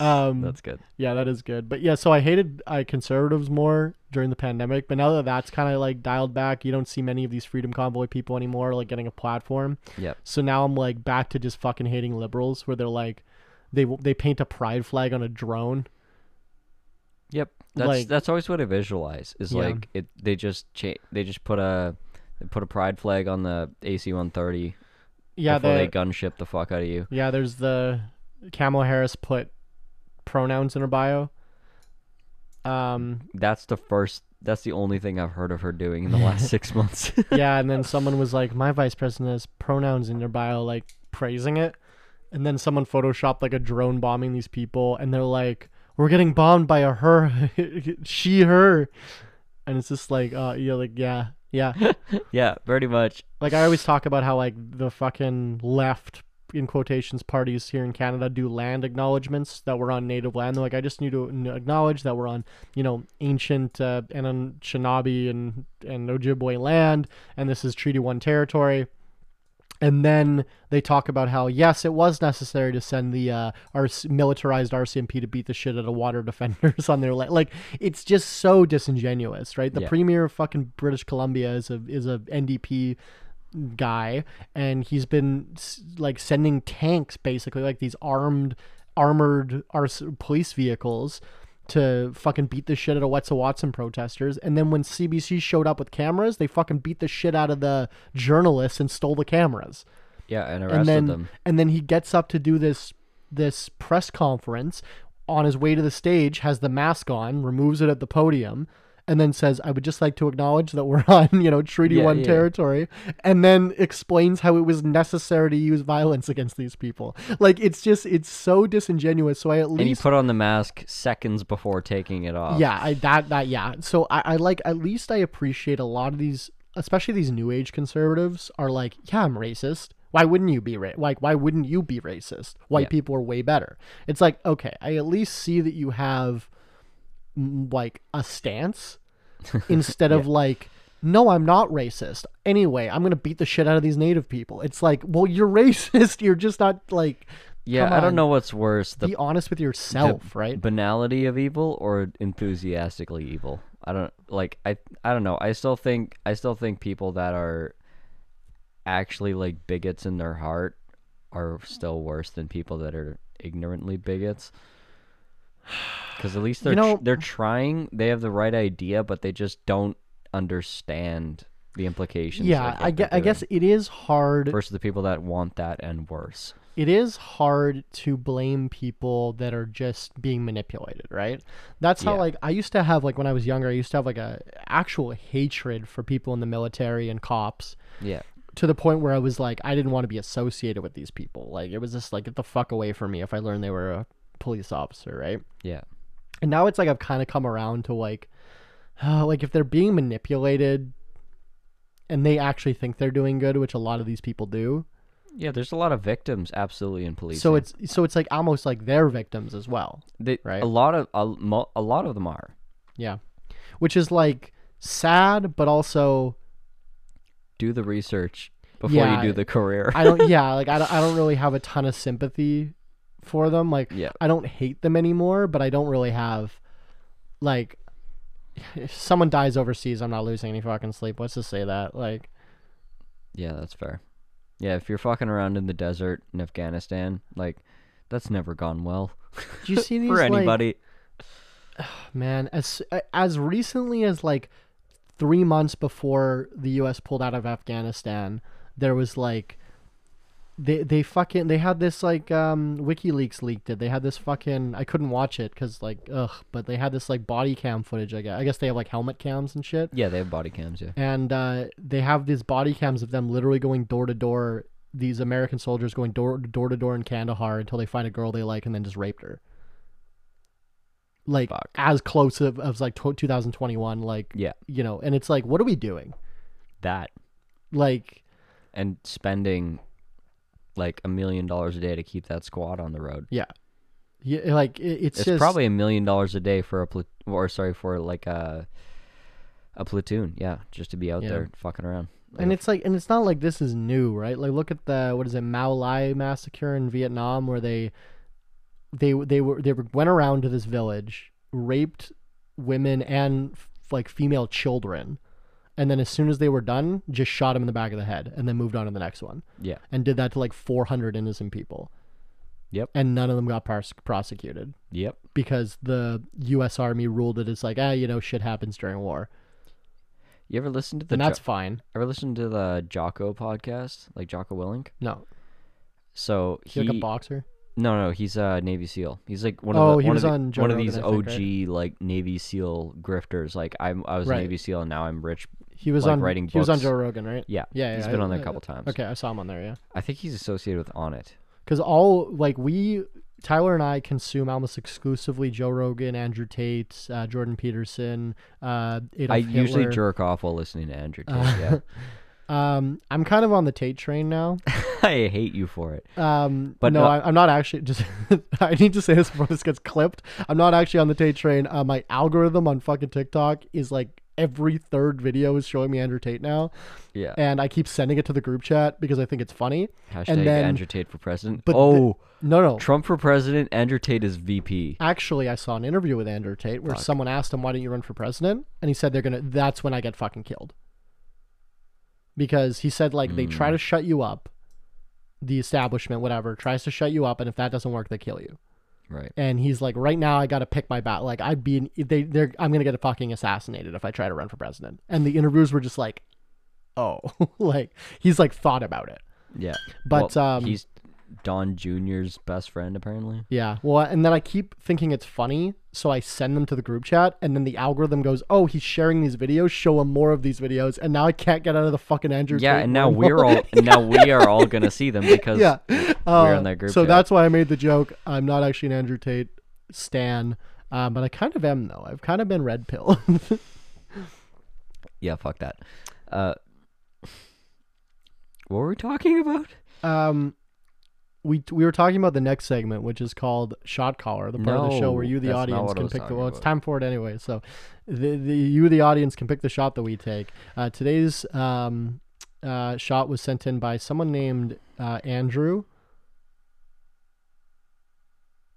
[SPEAKER 3] Um,
[SPEAKER 2] That's good.
[SPEAKER 3] yeah, that is good. But yeah, so I hated uh, conservatives more during the pandemic, but now that that's kind of like dialed back, you don't see many of these freedom convoy people anymore like getting a platform.
[SPEAKER 2] Yep.
[SPEAKER 3] So now I'm like back to just fucking hating liberals where they're like they they paint a pride flag on a drone.
[SPEAKER 2] Yep. That's
[SPEAKER 3] Like-
[SPEAKER 2] that's always what I visualize is
[SPEAKER 3] Yeah.
[SPEAKER 2] like it. They just cha- they just put a they put a pride flag on the AC-130
[SPEAKER 3] Yeah,
[SPEAKER 2] before they
[SPEAKER 3] the,
[SPEAKER 2] gunship the fuck out of you.
[SPEAKER 3] yeah, there's the Kamala Harris put pronouns in her bio. Um
[SPEAKER 2] That's the first. That's the only thing I've heard of her doing in the last six months.
[SPEAKER 3] yeah, and then someone was like, "My vice president has pronouns in their bio," like praising it, and then someone photoshopped like a drone bombing these people, and they're like, "We're getting bombed by a her, she, her," and it's just like, uh, you're like, yeah, yeah.
[SPEAKER 2] yeah, pretty much.
[SPEAKER 3] Like I always talk about how like the fucking left in quotations parties here in Canada do land acknowledgments that we're on native land. They're like I just need to n- acknowledge that we're on you know ancient uh, and on Shinabi and and Ojibwe land, and this is Treaty One territory. And then they talk about how yes, it was necessary to send the uh, our militarized RCMP to beat the shit out of water defenders on their land. Like it's just so disingenuous, right? The
[SPEAKER 2] Yeah.
[SPEAKER 3] premier of fucking British Columbia is a is a NDP guy and he's been s- like sending tanks basically like these armed armored ars- police vehicles to fucking beat the shit out of Wetzel Watson protesters and then when CBC showed up with cameras they fucking beat the shit out of the journalists and stole the cameras
[SPEAKER 2] Yeah, and arrested
[SPEAKER 3] and then
[SPEAKER 2] them.
[SPEAKER 3] and then he gets up to do this this press conference on his way to the stage has the mask on removes it at the podium and then says i would just like to acknowledge that we're on you know treaty
[SPEAKER 2] Yeah,
[SPEAKER 3] one
[SPEAKER 2] yeah.
[SPEAKER 3] territory and then explains how it was necessary to use violence against these people like it's just it's so disingenuous so i at
[SPEAKER 2] And he
[SPEAKER 3] least
[SPEAKER 2] put on the mask seconds before taking it off.
[SPEAKER 3] yeah, I, that that yeah. So I, I like at least I appreciate a lot of these, especially these new age conservatives are like, yeah, I'm racist. Why wouldn't you be ra- like? Why wouldn't you be racist? White
[SPEAKER 2] Yeah.
[SPEAKER 3] people are way better. It's like okay, I at least see that you have mm, like a stance instead of like. No, I'm not racist. Anyway, I'm gonna beat the shit out of these native people. It's like, well, you're racist. You're just not like, come
[SPEAKER 2] Yeah, I
[SPEAKER 3] on.
[SPEAKER 2] don't know what's worse, the
[SPEAKER 3] be honest with yourself, right?
[SPEAKER 2] banality of evil or enthusiastically evil i don't like i i don't know i still think i still think people that are actually like bigots in their heart are still worse than people that are ignorantly bigots because at least they're
[SPEAKER 3] You know-
[SPEAKER 2] tr- they're trying they have the right idea but they just don't understand the implications
[SPEAKER 3] Yeah,
[SPEAKER 2] of what
[SPEAKER 3] I,
[SPEAKER 2] they're
[SPEAKER 3] gue- I guess
[SPEAKER 2] doing
[SPEAKER 3] it is hard
[SPEAKER 2] versus the people that want that and worse
[SPEAKER 3] it is hard to blame people that are just being manipulated, right? That's how
[SPEAKER 2] Yeah.
[SPEAKER 3] like I used to have like when I was younger, I used to have like a actual hatred for people in the military and cops
[SPEAKER 2] yeah
[SPEAKER 3] to the point where I was like I didn't want to be associated with these people. Like it was just like get the fuck away from me if I learned they were a police officer, right?
[SPEAKER 2] yeah
[SPEAKER 3] And now it's like I've kind of come around to like, uh, like if they're being manipulated, and they actually think they're doing good, which a lot of these people do,
[SPEAKER 2] yeah there's a lot of victims absolutely in police
[SPEAKER 3] so it's so it's like almost like they're victims as well.
[SPEAKER 2] They,
[SPEAKER 3] right?
[SPEAKER 2] A lot of a, mo- a lot of them are.
[SPEAKER 3] Yeah. Which is like sad, but also
[SPEAKER 2] Do the research before
[SPEAKER 3] Yeah,
[SPEAKER 2] you do the career.
[SPEAKER 3] I don't yeah, like I don't, I don't really have a ton of sympathy for them. Like
[SPEAKER 2] Yeah.
[SPEAKER 3] I don't hate them anymore, but I don't really have like if someone dies overseas, I'm not losing any fucking sleep. What's to say that? Like
[SPEAKER 2] yeah, that's fair. Yeah, if you're fucking around in the desert in Afghanistan, like that's never gone well
[SPEAKER 3] do you see these
[SPEAKER 2] for
[SPEAKER 3] like-
[SPEAKER 2] anybody.
[SPEAKER 3] man, as as recently as like 3 months before the US pulled out of Afghanistan, there was like they they fucking they had this like um WikiLeaks leaked it. They had this fucking I couldn't watch it cuz like ugh, but they had this like body cam footage I guess. I guess they have like helmet cams and shit.
[SPEAKER 2] Yeah, they have body cams. Yeah,
[SPEAKER 3] And uh they have these body cams of them literally going door to door these American soldiers going door door to door in Kandahar until they find a girl they like and then just raped her. like
[SPEAKER 2] Fuck.
[SPEAKER 3] as close of, as like tw 2021 like
[SPEAKER 2] Yeah,
[SPEAKER 3] you know and it's like what are we doing
[SPEAKER 2] that
[SPEAKER 3] like
[SPEAKER 2] and spending like a million dollars a day to keep that squad on the road.
[SPEAKER 3] yeah, yeah like it, it's,
[SPEAKER 2] It's,
[SPEAKER 3] just
[SPEAKER 2] probably a million dollars a day for a plat- or sorry for like a a platoon. Yeah, just to be out
[SPEAKER 3] Yeah.
[SPEAKER 2] there fucking around. Like,
[SPEAKER 3] and it's like and it's not like this is new right like look at the what is it mao lai massacre in vietnam where they they they were they were, went around to this village raped women and f- like female children and then as soon as they were done just shot him in the back of the head and then moved on to the next one
[SPEAKER 2] yeah,
[SPEAKER 3] and did that to like 400 innocent people
[SPEAKER 2] Yep.
[SPEAKER 3] and none of them got pars- prosecuted
[SPEAKER 2] yep.
[SPEAKER 3] because the us army ruled it as like ah you know shit happens during war
[SPEAKER 2] You ever listen to the
[SPEAKER 3] and
[SPEAKER 2] jo-
[SPEAKER 3] that's fine
[SPEAKER 2] ever listen to the Jocko podcast? Like Jocko Willink.
[SPEAKER 3] no
[SPEAKER 2] So
[SPEAKER 3] he,
[SPEAKER 2] he
[SPEAKER 3] like a boxer
[SPEAKER 2] no no he's a Navy SEAL. He's like one
[SPEAKER 3] Oh,
[SPEAKER 2] of the,
[SPEAKER 3] he
[SPEAKER 2] one,
[SPEAKER 3] was
[SPEAKER 2] of, the-
[SPEAKER 3] on Joe
[SPEAKER 2] one of
[SPEAKER 3] Rogan,
[SPEAKER 2] these
[SPEAKER 3] I
[SPEAKER 2] OG
[SPEAKER 3] think, right?
[SPEAKER 2] like Navy SEAL grifters. Like I'm I was
[SPEAKER 3] Right.
[SPEAKER 2] a Navy SEAL and now I'm rich.
[SPEAKER 3] he was
[SPEAKER 2] like
[SPEAKER 3] on
[SPEAKER 2] writing
[SPEAKER 3] he was on
[SPEAKER 2] books.
[SPEAKER 3] joe rogan right
[SPEAKER 2] Yeah,
[SPEAKER 3] yeah,
[SPEAKER 2] he's
[SPEAKER 3] yeah,
[SPEAKER 2] been
[SPEAKER 3] I-
[SPEAKER 2] on there
[SPEAKER 3] I- uh,
[SPEAKER 2] a couple times.
[SPEAKER 3] okay i saw him on there yeah
[SPEAKER 2] I think he's associated with On It.
[SPEAKER 3] because all like we tyler and i consume almost exclusively joe rogan andrew tate uh, jordan peterson uh Adolf
[SPEAKER 2] I usually
[SPEAKER 3] Hitler.
[SPEAKER 2] jerk off while listening to Andrew. Tate, yeah,
[SPEAKER 3] Uh, um i'm kind of on the tate train now
[SPEAKER 2] I hate you for it.
[SPEAKER 3] Um,
[SPEAKER 2] But
[SPEAKER 3] but no,
[SPEAKER 2] no-
[SPEAKER 3] I, I'm not actually. Just I need to say this before this gets clipped. I'm not actually on the Tate train. Uh, my algorithm on fucking TikTok is like every third video is showing me Andrew Tate now,
[SPEAKER 2] Yeah.
[SPEAKER 3] and I keep sending it to the group chat because I think it's funny.
[SPEAKER 2] Hashtag
[SPEAKER 3] then-
[SPEAKER 2] Andrew Tate for president.
[SPEAKER 3] But the- Ah.
[SPEAKER 2] oh,
[SPEAKER 3] No, no.
[SPEAKER 2] Trump for president. Andrew Tate is VP.
[SPEAKER 3] Actually, I saw an interview with Andrew Tate where someone asked him, "Why don't you run for president?" And he said, "They're gonna." That's when I get fucking killed. Because he said, like, they try to shut you up, the establishment, whatever, tries to shut you up, and if that doesn't work, they kill you.
[SPEAKER 2] Right.
[SPEAKER 3] and he's like, right now I got to pick my battle. Like I'd be, they, they're, I'm gonna get fucking assassinated if I try to run for president. And the interviews were just like, oh, like he's like thought about it.
[SPEAKER 2] Yeah.
[SPEAKER 3] But,
[SPEAKER 2] Well,
[SPEAKER 3] um,
[SPEAKER 2] he's Don Jr.'s best friend apparently.
[SPEAKER 3] Yeah. Well, and then I keep thinking it's funny, so I send them to the group chat, and then the algorithm goes, oh, he's sharing these videos, show him more of these videos, and now I can't get out of the fucking Andrew.
[SPEAKER 2] Yeah,
[SPEAKER 3] Tate
[SPEAKER 2] and now
[SPEAKER 3] wormhole.
[SPEAKER 2] we're all now we are all gonna see them because
[SPEAKER 3] yeah.
[SPEAKER 2] we're
[SPEAKER 3] Uh,
[SPEAKER 2] in that group.
[SPEAKER 3] So
[SPEAKER 2] chat.
[SPEAKER 3] that's why I made the joke. I'm not actually an Andrew Tate stan, um, but I kind of am though. I've kind of been red pill.
[SPEAKER 2] yeah. Fuck that. Uh, what were we talking about?
[SPEAKER 3] um we we were talking about the next segment which is called shot caller the part of the show where
[SPEAKER 2] No,
[SPEAKER 3] you the
[SPEAKER 2] that's not
[SPEAKER 3] audience
[SPEAKER 2] what I
[SPEAKER 3] can
[SPEAKER 2] was
[SPEAKER 3] pick the
[SPEAKER 2] talking
[SPEAKER 3] well it's
[SPEAKER 2] about.
[SPEAKER 3] time for it anyway so the, the you the audience can pick the shot that we take uh, today's um uh, shot was sent in by someone named uh, Andrew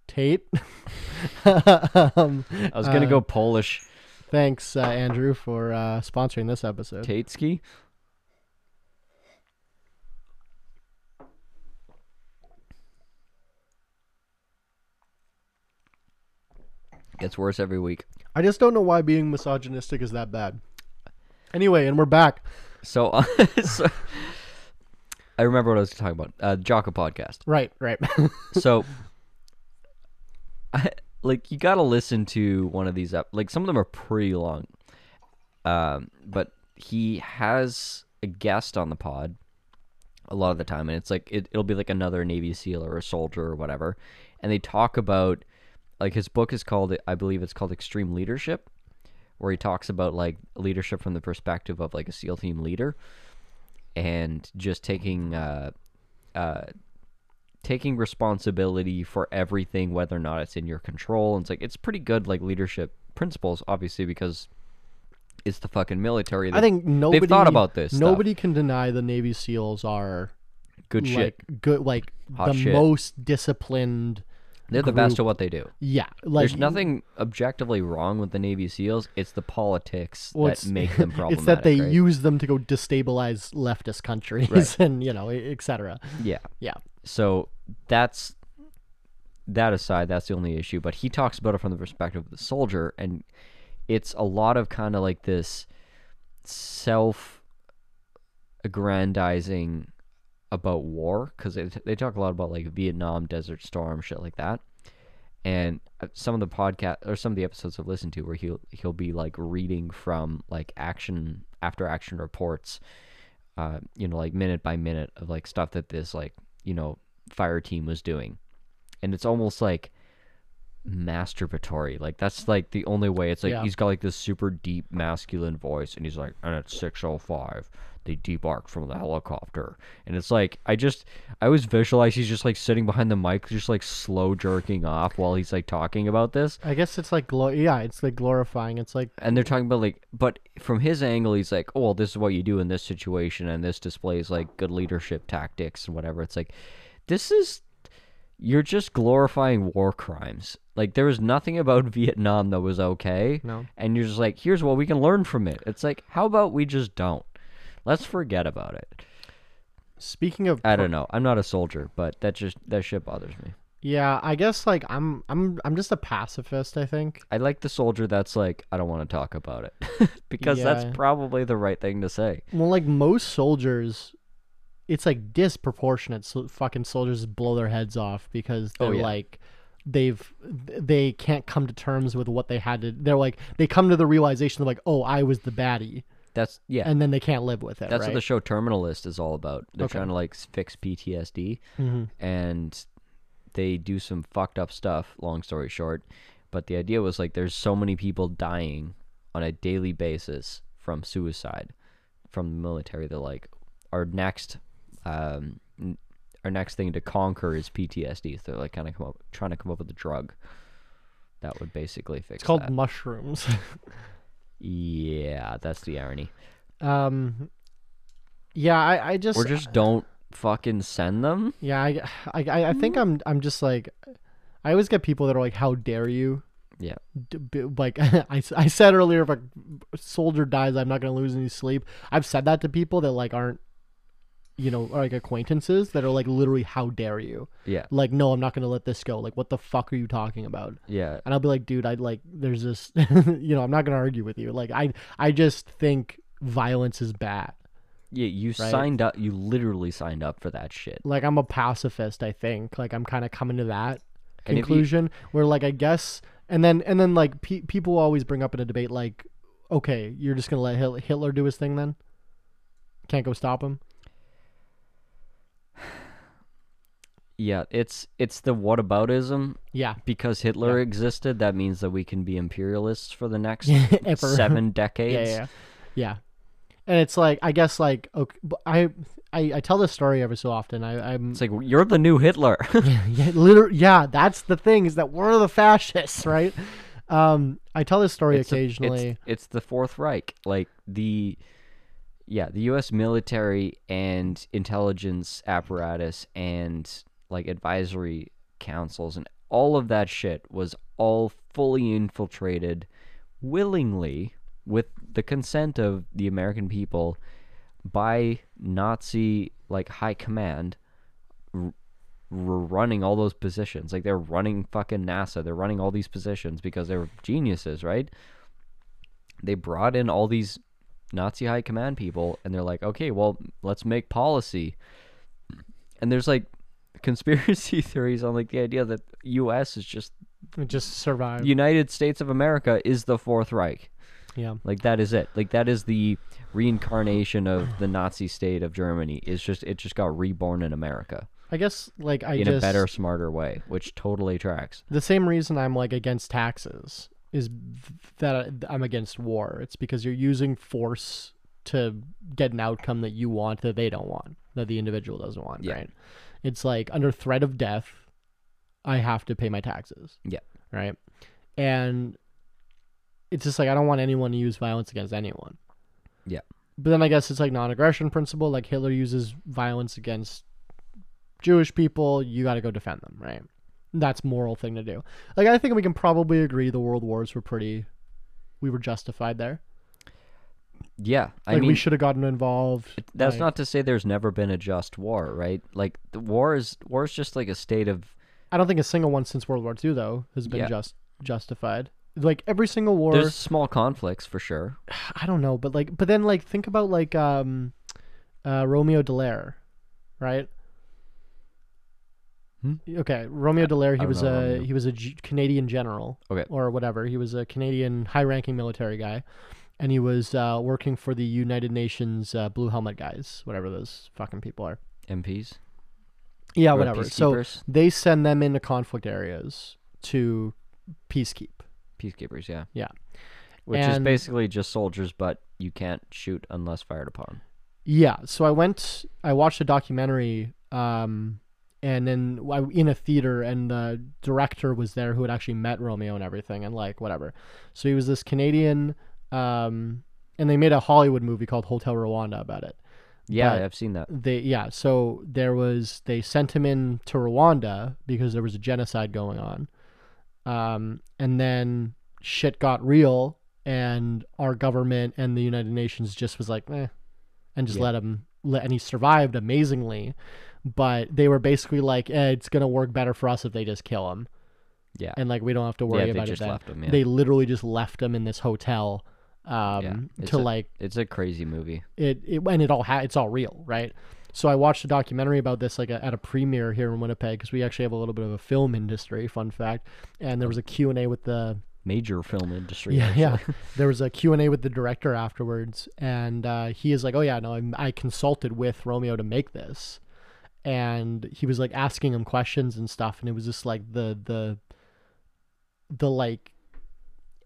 [SPEAKER 3] Tate. um,
[SPEAKER 2] I was gonna
[SPEAKER 3] Uh,
[SPEAKER 2] go Polish.
[SPEAKER 3] thanks, uh, Andrew, for uh, sponsoring this episode.
[SPEAKER 2] Tatesky. Gets worse every week.
[SPEAKER 3] I just don't know why being misogynistic is that bad. Anyway, and we're back.
[SPEAKER 2] So, so- I remember what I was talking about. Uh, Jocko podcast.
[SPEAKER 3] Right, right.
[SPEAKER 2] So, I, like you got to listen to one of these up. Like some of them are pretty long, um, but he has a guest on the pod a lot of the time, and it's like it, it'll be like another Navy SEAL or a soldier or whatever, and they talk about like his book is called I believe it's called Extreme Leadership, where he talks about like leadership from the perspective of like a SEAL team leader, and just taking. Uh, taking responsibility for everything whether or not it's in your control and it's like it's pretty good like leadership principles obviously because it's the fucking military
[SPEAKER 3] I
[SPEAKER 2] that-
[SPEAKER 3] think nobody
[SPEAKER 2] thought about this stuff.
[SPEAKER 3] Nobody can deny the Navy SEAls are
[SPEAKER 2] good
[SPEAKER 3] like
[SPEAKER 2] shit
[SPEAKER 3] good, like
[SPEAKER 2] Hot
[SPEAKER 3] the
[SPEAKER 2] shit.
[SPEAKER 3] most disciplined.
[SPEAKER 2] they're the best at what they do
[SPEAKER 3] Yeah, like
[SPEAKER 2] there's nothing objectively wrong with the navy seals it's the politics
[SPEAKER 3] well,
[SPEAKER 2] that
[SPEAKER 3] it's-
[SPEAKER 2] make them problematic
[SPEAKER 3] It's that they
[SPEAKER 2] right?
[SPEAKER 3] use them to go destabilize leftist countries
[SPEAKER 2] Right.
[SPEAKER 3] and you know, etc.
[SPEAKER 2] yeah
[SPEAKER 3] Yeah,
[SPEAKER 2] so that's that aside that's the only issue but he talks about it from the perspective of the soldier and it's a lot of kind of like this self aggrandizing about war because they, they talk a lot about like vietnam desert storm shit like that and uh, some of the podcast or some of the episodes I've listened to where he'll he'll be like reading from like action after action reports, uh, you know, like minute by minute of like stuff that this like you know fire team was doing, and it's almost like masturbatory. Like that's like the only way. It's like
[SPEAKER 3] Yeah.
[SPEAKER 2] he's got like this super deep masculine voice, and he's like, and at six oh five, they debarked from the helicopter, and it's like I just I always visualize he's just like sitting behind the mic, just like slow jerking off while he's like talking about this.
[SPEAKER 3] I guess it's like glo- yeah, it's like glorifying. It's like
[SPEAKER 2] And they're talking about like, but from his angle, he's like, "Oh, well, this is what you do in this situation, and this displays like good leadership tactics and whatever." It's like, this is you're just glorifying war crimes. Like there was nothing about Vietnam that was okay.
[SPEAKER 3] No.
[SPEAKER 2] And you're just like, here's what we can learn from it. It's like, how about we just don't? Let's forget about it.
[SPEAKER 3] speaking of
[SPEAKER 2] I don't know. I'm not a soldier, but that just that shit bothers me.
[SPEAKER 3] Yeah, I guess like I'm I'm I'm just a pacifist, I think.
[SPEAKER 2] I like the soldier that's like, I don't want to talk about it. because
[SPEAKER 3] Yeah.
[SPEAKER 2] that's probably the right thing to say.
[SPEAKER 3] Well, like most soldiers it's like disproportionate so fucking soldiers blow their heads off because they're
[SPEAKER 2] Oh, yeah.
[SPEAKER 3] like they've they can't come to terms with what they had to they're like they come to the realization of like, "Oh, I was the baddie."
[SPEAKER 2] That's yeah.
[SPEAKER 3] And then they can't live with it,
[SPEAKER 2] That's
[SPEAKER 3] right?
[SPEAKER 2] what the show Terminalist is all about. They're
[SPEAKER 3] Okay. Mm-hmm.
[SPEAKER 2] trying to like s- fix PTSD, and they do some fucked up stuff. Long story short, but the idea was like there's so many people dying on a daily basis from suicide from the military. They're like our next, um, n- our next thing to conquer is PTSD. So they're like kind of come up trying to come up with a drug that would basically fix.
[SPEAKER 3] it's called
[SPEAKER 2] that.
[SPEAKER 3] mushrooms.
[SPEAKER 2] yeah. That's the irony.
[SPEAKER 3] um yeah, I, I just
[SPEAKER 2] Or just don't fucking send them.
[SPEAKER 3] yeah, I, I I- I think I'm I'm just like I always get people that are like, "How dare you?"
[SPEAKER 2] Yeah.
[SPEAKER 3] d- b- like I, s- I said earlier if a soldier dies i'm not going to lose any sleep i've said that to people that like aren't you know are like acquaintances that are like literally how dare you
[SPEAKER 2] Yeah.
[SPEAKER 3] like no i'm not going to let this go like what the fuck are you talking about
[SPEAKER 2] Yeah.
[SPEAKER 3] and i'll be like dude i like there's this you know i'm not going to argue with you like i i just think violence is bad
[SPEAKER 2] Yeah, you signed up. You literally signed up for that shit.
[SPEAKER 3] like i'm a pacifist i think like i'm kind of coming to that
[SPEAKER 2] And if you-
[SPEAKER 3] conclusion where like i guess and then and then like pe- people always bring up in a debate like okay you're just gonna let Hil- hitler do his thing then can't go stop him
[SPEAKER 2] Yeah, it's it's the whataboutism
[SPEAKER 3] yeah
[SPEAKER 2] because Hitler existed. That means that we can be imperialists for the next
[SPEAKER 3] Ever.
[SPEAKER 2] seven
[SPEAKER 3] yeah, yeah
[SPEAKER 2] decades.
[SPEAKER 3] yeah yeah and it's like i guess like okay but i i, I tell this story every so often I, i'm
[SPEAKER 2] It's like you're the new Hitler.
[SPEAKER 3] yeah, liter- yeah that's the thing is that we're the fascists right um i tell this story
[SPEAKER 2] It's a- it's-
[SPEAKER 3] occasionally
[SPEAKER 2] it's, the Fourth Reich. Like the yeah, the U.S. military and intelligence apparatus and like advisory councils and all of that shit was all fully infiltrated willingly with the consent of the American people by Nazi like high command r- were running all those positions like they're running fucking NASA they're running all these positions because they were geniuses right they brought in all these Nazi high command people and they're like, okay, well, let's make policy. And there's like conspiracy theories on like the idea that US is just
[SPEAKER 3] it just survived
[SPEAKER 2] United States of America is the Fourth Reich.
[SPEAKER 3] yeah
[SPEAKER 2] Like that is it. Like that is the reincarnation of the Nazi state of Germany. It's just it just got reborn in America
[SPEAKER 3] i guess like i
[SPEAKER 2] in
[SPEAKER 3] just
[SPEAKER 2] a better, smarter way, which totally tracks.
[SPEAKER 3] the same reason I'm like against taxes is that I- I'm against war. It's because you're using force to get an outcome that you want that they don't want, that the individual doesn't want,
[SPEAKER 2] Yeah.
[SPEAKER 3] right? It's like under threat of death, I have to pay my taxes.
[SPEAKER 2] Yeah.
[SPEAKER 3] Right? And it's just like I don't want anyone to use violence against anyone.
[SPEAKER 2] Yeah.
[SPEAKER 3] But then I guess it's like non-aggression principle, like Hitler uses violence against Jewish people, you got to go defend them, right? That's moral thing to do. Like I think we can probably agree the world wars were pretty we were justified there.
[SPEAKER 2] Yeah. I
[SPEAKER 3] Like
[SPEAKER 2] mean
[SPEAKER 3] we should have gotten involved.
[SPEAKER 2] That's
[SPEAKER 3] like-
[SPEAKER 2] not to say there's never been a just war, right? Like the war is war is just like a state of
[SPEAKER 3] I don't think a single one since World War II though has been
[SPEAKER 2] Yeah.
[SPEAKER 3] just justified. Like every single war
[SPEAKER 2] there's small conflicts for sure.
[SPEAKER 3] I don't know, but like, but then like, think about like, um, uh, Romeo Dallaire, right?
[SPEAKER 2] Hmm?
[SPEAKER 3] Okay, Romeo Dallaire. He
[SPEAKER 2] don't
[SPEAKER 3] was
[SPEAKER 2] know
[SPEAKER 3] a
[SPEAKER 2] Romeo.
[SPEAKER 3] he was a G- Canadian general,
[SPEAKER 2] Okay.
[SPEAKER 3] or whatever. He was a Canadian high-ranking military guy, and he was uh, working for the United Nations uh, Blue Helmet guys, whatever those fucking people are.
[SPEAKER 2] MPs.
[SPEAKER 3] Yeah,
[SPEAKER 2] Or
[SPEAKER 3] whatever. So
[SPEAKER 2] peacekeepers.
[SPEAKER 3] they send them into conflict areas to peacekeep.
[SPEAKER 2] peacekeepers. Yeah,
[SPEAKER 3] Yeah.
[SPEAKER 2] which is
[SPEAKER 3] And-
[SPEAKER 2] basically just soldiers, but you can't shoot unless fired upon.
[SPEAKER 3] Yeah, so I went. I watched a documentary, um, and then I, in a theater, and the director was there who had actually met Romeo and everything, and like whatever. So he was this Canadian, um, and they made a Hollywood movie called Hotel Rwanda about it.
[SPEAKER 2] Yeah,
[SPEAKER 3] But-
[SPEAKER 2] I've seen that.
[SPEAKER 3] They yeah, so there was they sent him in to Rwanda because there was a genocide going on, um, and then shit got real, and our government and the United Nations just was like, eh, and just
[SPEAKER 2] Yeah.
[SPEAKER 3] let him let, and he survived amazingly, but they were basically like, eh, it's gonna work better for us if they just kill him,
[SPEAKER 2] Yeah,
[SPEAKER 3] and like we don't have to
[SPEAKER 2] yeah,
[SPEAKER 3] worry
[SPEAKER 2] they
[SPEAKER 3] about it.
[SPEAKER 2] just
[SPEAKER 3] Then.
[SPEAKER 2] left them. Yeah,
[SPEAKER 3] They literally just left him in this hotel, um,
[SPEAKER 2] it's
[SPEAKER 3] to
[SPEAKER 2] a-
[SPEAKER 3] like
[SPEAKER 2] it's a crazy movie.
[SPEAKER 3] it, it and it all ha- it's all real, right? So I watched a documentary about this like a, at a premiere here in Winnipeg because we actually have a little bit of a film industry, fun fact. And there was a Q&A with the
[SPEAKER 2] Major film industry.
[SPEAKER 3] yeah,
[SPEAKER 2] actually.
[SPEAKER 3] yeah. There was a Q&A with the director afterwards and uh, he is like, "Oh yeah, no, I'm, I consulted with Romeo to make this." And he was like asking him questions and stuff and it was just like the the the like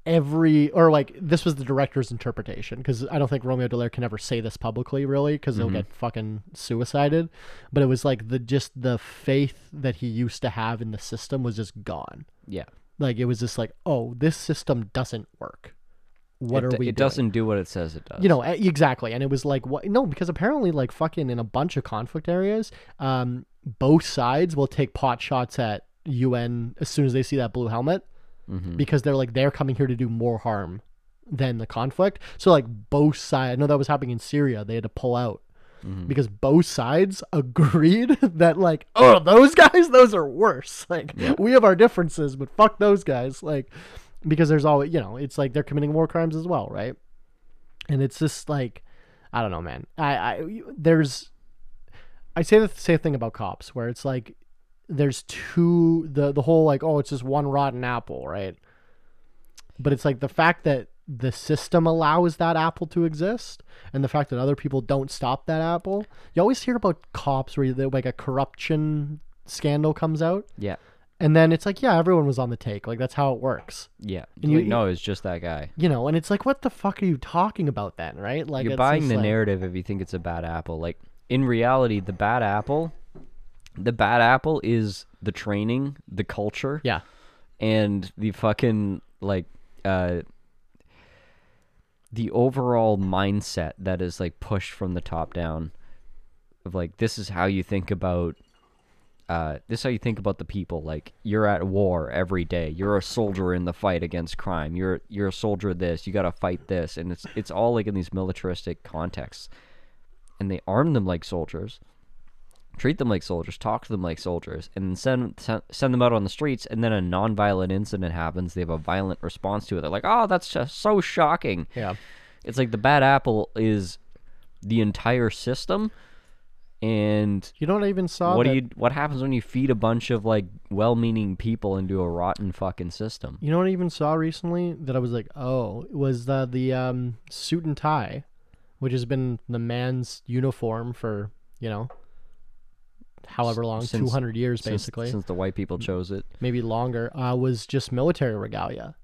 [SPEAKER 3] every or like this was the director's interpretation because I don't think Romeo Dallaire can ever say this publicly really because he'll get fucking suicided but it was like the just the faith that he used to have in the system was just gone
[SPEAKER 2] yeah.
[SPEAKER 3] like it was just like oh this system doesn't work what
[SPEAKER 2] it,
[SPEAKER 3] are
[SPEAKER 2] do-
[SPEAKER 3] we
[SPEAKER 2] It
[SPEAKER 3] doing?
[SPEAKER 2] doesn't do what it says it does.
[SPEAKER 3] you know e- exactly and it was like what no because apparently like fucking in a bunch of conflict areas um both sides will take pot shots at un as soon as they see that blue helmet
[SPEAKER 2] Mhm.
[SPEAKER 3] because they're like they're coming here to do more harm than the conflict so like both sides i know that was happening in syria they had to pull out
[SPEAKER 2] Mhm.
[SPEAKER 3] because both sides agreed that like oh those guys those are worse like
[SPEAKER 2] Yeah.
[SPEAKER 3] we have our differences but fuck those guys like because there's always you know it's like they're committing war crimes as well right and it's just like i don't know man i i there's i say the same thing about cops where it's like there's two the the whole like oh it's just one rotten apple right but it's like the fact that the system allows that apple to exist and the fact that other people don't stop that apple you always hear about cops where they, like a corruption scandal comes out
[SPEAKER 2] Yeah.
[SPEAKER 3] and then it's like yeah everyone was on the take like that's how it works
[SPEAKER 2] Yeah.
[SPEAKER 3] And you-
[SPEAKER 2] Like, no, it's just that guy.
[SPEAKER 3] you know and it's like what the fuck are you talking about then right like
[SPEAKER 2] You're
[SPEAKER 3] it's
[SPEAKER 2] buying
[SPEAKER 3] just
[SPEAKER 2] the
[SPEAKER 3] like-
[SPEAKER 2] narrative if you think it's a bad apple. Like in reality, the bad apple, the bad apple is the training, the culture,
[SPEAKER 3] yeah
[SPEAKER 2] and the fucking like uh the overall mindset that is like pushed from the top down of like this is how you think about uh, this is how you think about the people. Like you're at war every day. You're a soldier in the fight against crime. You're you're a soldier. This you got to fight this, and it's it's all like in these militaristic contexts, and they arm them like soldiers, treat them like soldiers, talk to them like soldiers, and then send send- send them out on the streets. And then a nonviolent incident happens. They have a violent response to it. They're like, "Oh, that's just so shocking."
[SPEAKER 3] yeah
[SPEAKER 2] It's like the bad apple is the entire system, and
[SPEAKER 3] you know what i even saw
[SPEAKER 2] what
[SPEAKER 3] that-
[SPEAKER 2] do you what happens when you feed a bunch of like well-meaning people into a rotten fucking system
[SPEAKER 3] You know what I even saw recently that I was like, oh, it was the the um, suit and tie, which has been the man's uniform for you know, however long,
[SPEAKER 2] since-
[SPEAKER 3] two hundred years
[SPEAKER 2] Since-
[SPEAKER 3] basically,
[SPEAKER 2] since, the white people chose it
[SPEAKER 3] maybe longer. Uh, was just military regalia,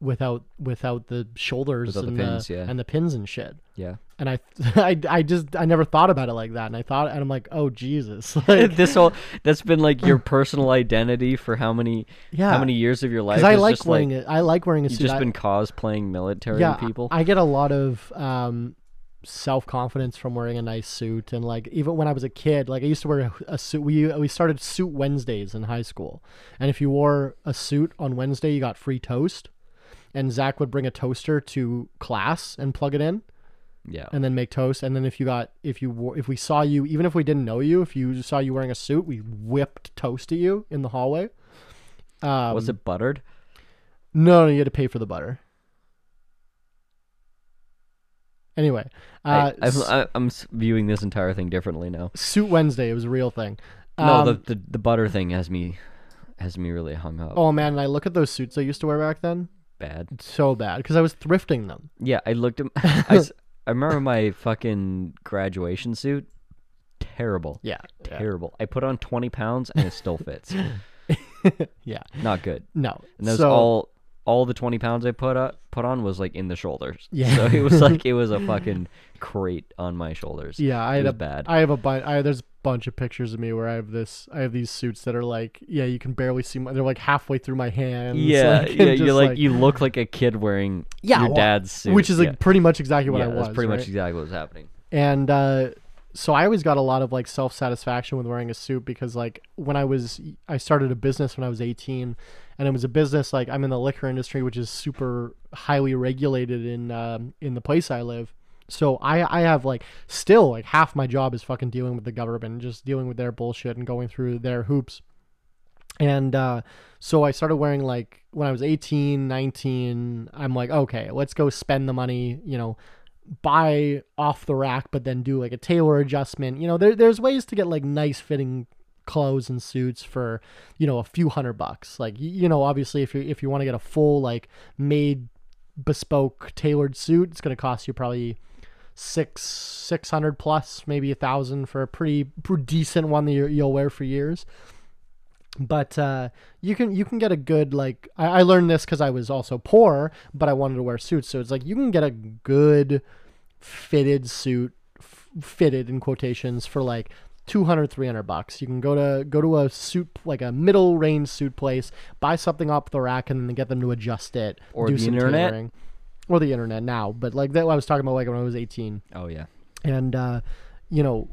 [SPEAKER 3] without without the shoulders
[SPEAKER 2] Without the
[SPEAKER 3] and
[SPEAKER 2] pins, yeah.
[SPEAKER 3] and the pins and shit.
[SPEAKER 2] yeah
[SPEAKER 3] And I, I, I just I never thought about it like that, and I thought, and I'm like, oh Jesus, like,
[SPEAKER 2] this whole that's been like your personal identity for how many
[SPEAKER 3] Yeah.
[SPEAKER 2] how many years of your life
[SPEAKER 3] because I
[SPEAKER 2] is
[SPEAKER 3] like
[SPEAKER 2] just
[SPEAKER 3] wearing
[SPEAKER 2] like
[SPEAKER 3] it. I like wearing a
[SPEAKER 2] you've
[SPEAKER 3] suit.
[SPEAKER 2] just
[SPEAKER 3] I-
[SPEAKER 2] been cosplaying military people
[SPEAKER 3] I get a lot of um, self confidence from wearing a nice suit, and like even when I was a kid, like I used to wear a, a suit. We we started suit Wednesdays in high school, and if you wore a suit on Wednesday, you got free toast. And Zach would bring a toaster to class and plug it in,
[SPEAKER 2] yeah
[SPEAKER 3] and then make toast. And then if you got if you wore, if we saw you, even if we didn't know you, if you saw you wearing a suit, we whipped toast at you in the hallway. Um,
[SPEAKER 2] was it buttered
[SPEAKER 3] no, no, you had to pay for the butter. Anyway, uh,
[SPEAKER 2] I, I'm,
[SPEAKER 3] s-
[SPEAKER 2] I, I'm s- viewing this entire thing differently now
[SPEAKER 3] Suit Wednesday. It was a real thing.
[SPEAKER 2] no
[SPEAKER 3] Um,
[SPEAKER 2] the, the the butter thing has me has me really hung up
[SPEAKER 3] oh man, and I look at those suits I used to wear back then.
[SPEAKER 2] bad
[SPEAKER 3] So bad because I was thrifting them.
[SPEAKER 2] Yeah, I looked at. I, s- I remember my fucking graduation suit. Terrible.
[SPEAKER 3] Yeah,
[SPEAKER 2] Terrible. I put on 20 pounds and it still fits.
[SPEAKER 3] yeah.
[SPEAKER 2] Not good.
[SPEAKER 3] No.
[SPEAKER 2] And that was
[SPEAKER 3] so,
[SPEAKER 2] all all the twenty pounds I put up put on was like in the shoulders.
[SPEAKER 3] Yeah.
[SPEAKER 2] So it was like it was a fucking crate on my shoulders.
[SPEAKER 3] Yeah,
[SPEAKER 2] it
[SPEAKER 3] I had
[SPEAKER 2] was
[SPEAKER 3] a
[SPEAKER 2] bad.
[SPEAKER 3] I have a bunch. I there's a bunch of pictures of me where I have this. I have these suits that are like, yeah, you can barely see. My, they're like halfway through my hands.
[SPEAKER 2] yeah,
[SPEAKER 3] like, and
[SPEAKER 2] yeah.
[SPEAKER 3] just,
[SPEAKER 2] You like, you look like a kid wearing
[SPEAKER 3] Yeah,
[SPEAKER 2] your
[SPEAKER 3] well,
[SPEAKER 2] dad's suit,
[SPEAKER 3] which is like
[SPEAKER 2] yeah.
[SPEAKER 3] pretty much exactly what
[SPEAKER 2] yeah,
[SPEAKER 3] I was.
[SPEAKER 2] that's pretty
[SPEAKER 3] right?
[SPEAKER 2] much exactly what was happening.
[SPEAKER 3] and uh, so I always got a lot of like self satisfaction with wearing a suit because like when I was I started a business when I was 18, and it was a business like I'm in the liquor industry, which is super highly regulated in um, in the place I live. So I I have like still like half my job is fucking dealing with the government, and just dealing with their bullshit and going through their hoops. And uh, so I started wearing like when I was 18, 19, I'm like, okay, let's go spend the money, you know, buy off the rack, but then do like a tailor adjustment. You know, there, there's ways to get like nice fitting clothes and suits for, you know, a few hundred bucks. Like, y- you know, obviously if you, if you want to get a full like made bespoke tailored suit, it's going to cost you probably six, 600 plus maybe a thousand for a pretty, pretty decent one that you you'll wear for years but uh, you can you can get a good like I, I learned this because I was also poor, but I wanted to wear suits. So it's like you can get a good fitted suit, f- fitted in quotations for like 200, 300 bucks. You can go to go to a suit like a middle range suit place, buy something off the rack, and then get them to adjust it
[SPEAKER 2] Or
[SPEAKER 3] do
[SPEAKER 2] the
[SPEAKER 3] some
[SPEAKER 2] internet.
[SPEAKER 3] tailoring. or the internet now. But like that, I was talking about like when I was eighteen
[SPEAKER 2] Oh yeah.
[SPEAKER 3] and uh, you know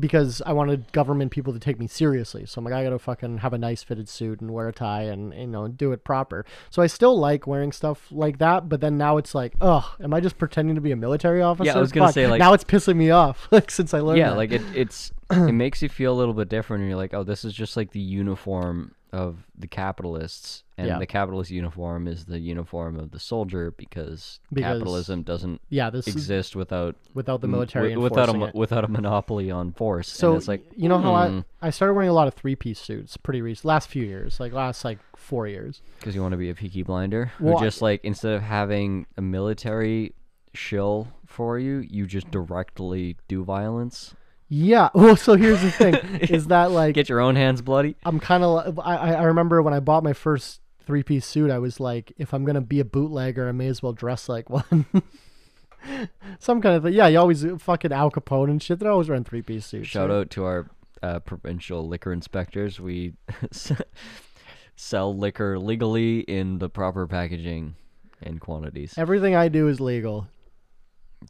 [SPEAKER 3] because i wanted government people to take me seriously so i'm like i gotta fucking have a nice fitted suit and wear a tie and you know do it proper so i still like wearing stuff like that but then now it's like oh am i just pretending to be a military officer
[SPEAKER 2] was gonna
[SPEAKER 3] Fuck,
[SPEAKER 2] say, like-
[SPEAKER 3] now it's pissing me off like since i learned
[SPEAKER 2] Yeah,
[SPEAKER 3] that.
[SPEAKER 2] like it, it's it makes you feel a little bit different. And you're like, oh, this is just like the uniform of the capitalists, and
[SPEAKER 3] Yeah.
[SPEAKER 2] the capitalist uniform is the uniform of the soldier because,
[SPEAKER 3] Because-
[SPEAKER 2] capitalism doesn't
[SPEAKER 3] yeah this is
[SPEAKER 2] exist without
[SPEAKER 3] without the
[SPEAKER 2] m-
[SPEAKER 3] military
[SPEAKER 2] wi- without a
[SPEAKER 3] enforcing
[SPEAKER 2] mo-
[SPEAKER 3] it.
[SPEAKER 2] without a monopoly on force.
[SPEAKER 3] so
[SPEAKER 2] and it's like
[SPEAKER 3] you know how
[SPEAKER 2] hmm.
[SPEAKER 3] i i started wearing a lot of three-piece suits pretty recent last few years like last like four years
[SPEAKER 2] Because you want to be a Peaky Blinder,
[SPEAKER 3] Well, I-
[SPEAKER 2] who just like instead of having a military shill for you, you just directly do violence.
[SPEAKER 3] yeah well so here's the thing is that like
[SPEAKER 2] Get your own hands bloody.
[SPEAKER 3] I'm kind of. I I I remember when I bought my first three piece suit, I was like, if I'm gonna be a bootlegger, I may as well dress like one. Some kind of thing. Yeah, you always uh, fucking Al Capone and shit. They're always wearing three piece suits.
[SPEAKER 2] Shout
[SPEAKER 3] right?
[SPEAKER 2] out to our uh, provincial liquor inspectors. We s- sell liquor legally in the proper packaging and quantities.
[SPEAKER 3] Everything I do is legal.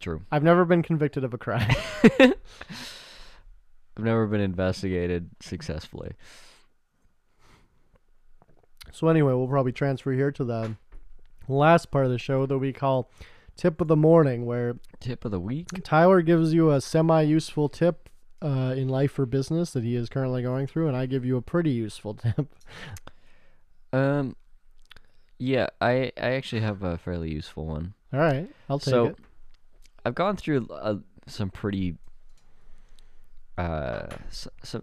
[SPEAKER 2] True.
[SPEAKER 3] I've never been convicted of a crime.
[SPEAKER 2] I've never been investigated successfully.
[SPEAKER 3] so anyway, we'll probably transfer here to the last part of the show that we call tip of the morning, where
[SPEAKER 2] Tip of the week.
[SPEAKER 3] Tyler gives you a semi-useful tip uh, in life or business that he is currently going through, and I give you a pretty useful tip.
[SPEAKER 2] Um, yeah, I I actually have a fairly useful one.
[SPEAKER 3] All right, I'll take
[SPEAKER 2] so
[SPEAKER 3] it.
[SPEAKER 2] I've gone through uh, some pretty uh s some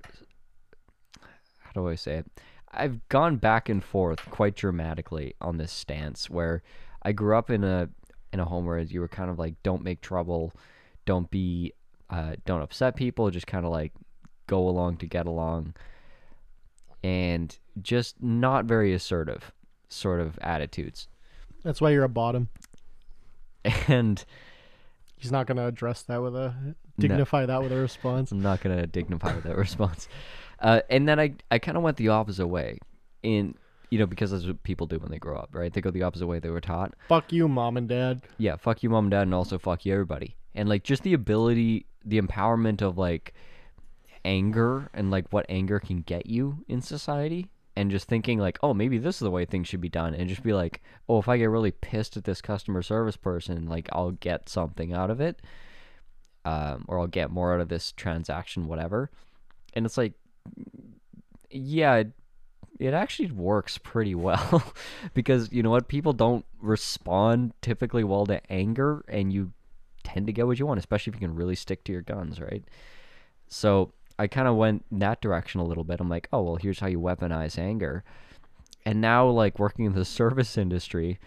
[SPEAKER 2] how do I say it? I've gone back and forth quite dramatically on this stance where I grew up in a in a home where you were kind of like don't make trouble, don't be uh, don't upset people, just kind of like go along to get along and just not very assertive sort of attitudes.
[SPEAKER 3] That's why you're a bottom.
[SPEAKER 2] And
[SPEAKER 3] He's not going to address that with a dignify that with a response.
[SPEAKER 2] I'm not gonna dignify that response. Uh, and then I, I kind of went the opposite way, in you know because that's what people do when they grow up, right? They go the opposite way they were taught.
[SPEAKER 3] Fuck you, mom and dad.
[SPEAKER 2] Yeah, fuck you, mom and dad, and also fuck you, everybody. And like just the ability, the empowerment of like anger and like what anger can get you in society. And just thinking like, oh, maybe this is the way things should be done, and just be like, oh, if I get really pissed at this customer service person, like I'll get something out of it, um, or I'll get more out of this transaction, whatever. And it's like, yeah, it, it actually works pretty well because you know what people don't respond typically well to anger and you tend to get what you want especially if you can really stick to your guns right so i kind of went in that direction a little bit i'm like oh well here's how you weaponize anger and now like working in the service industry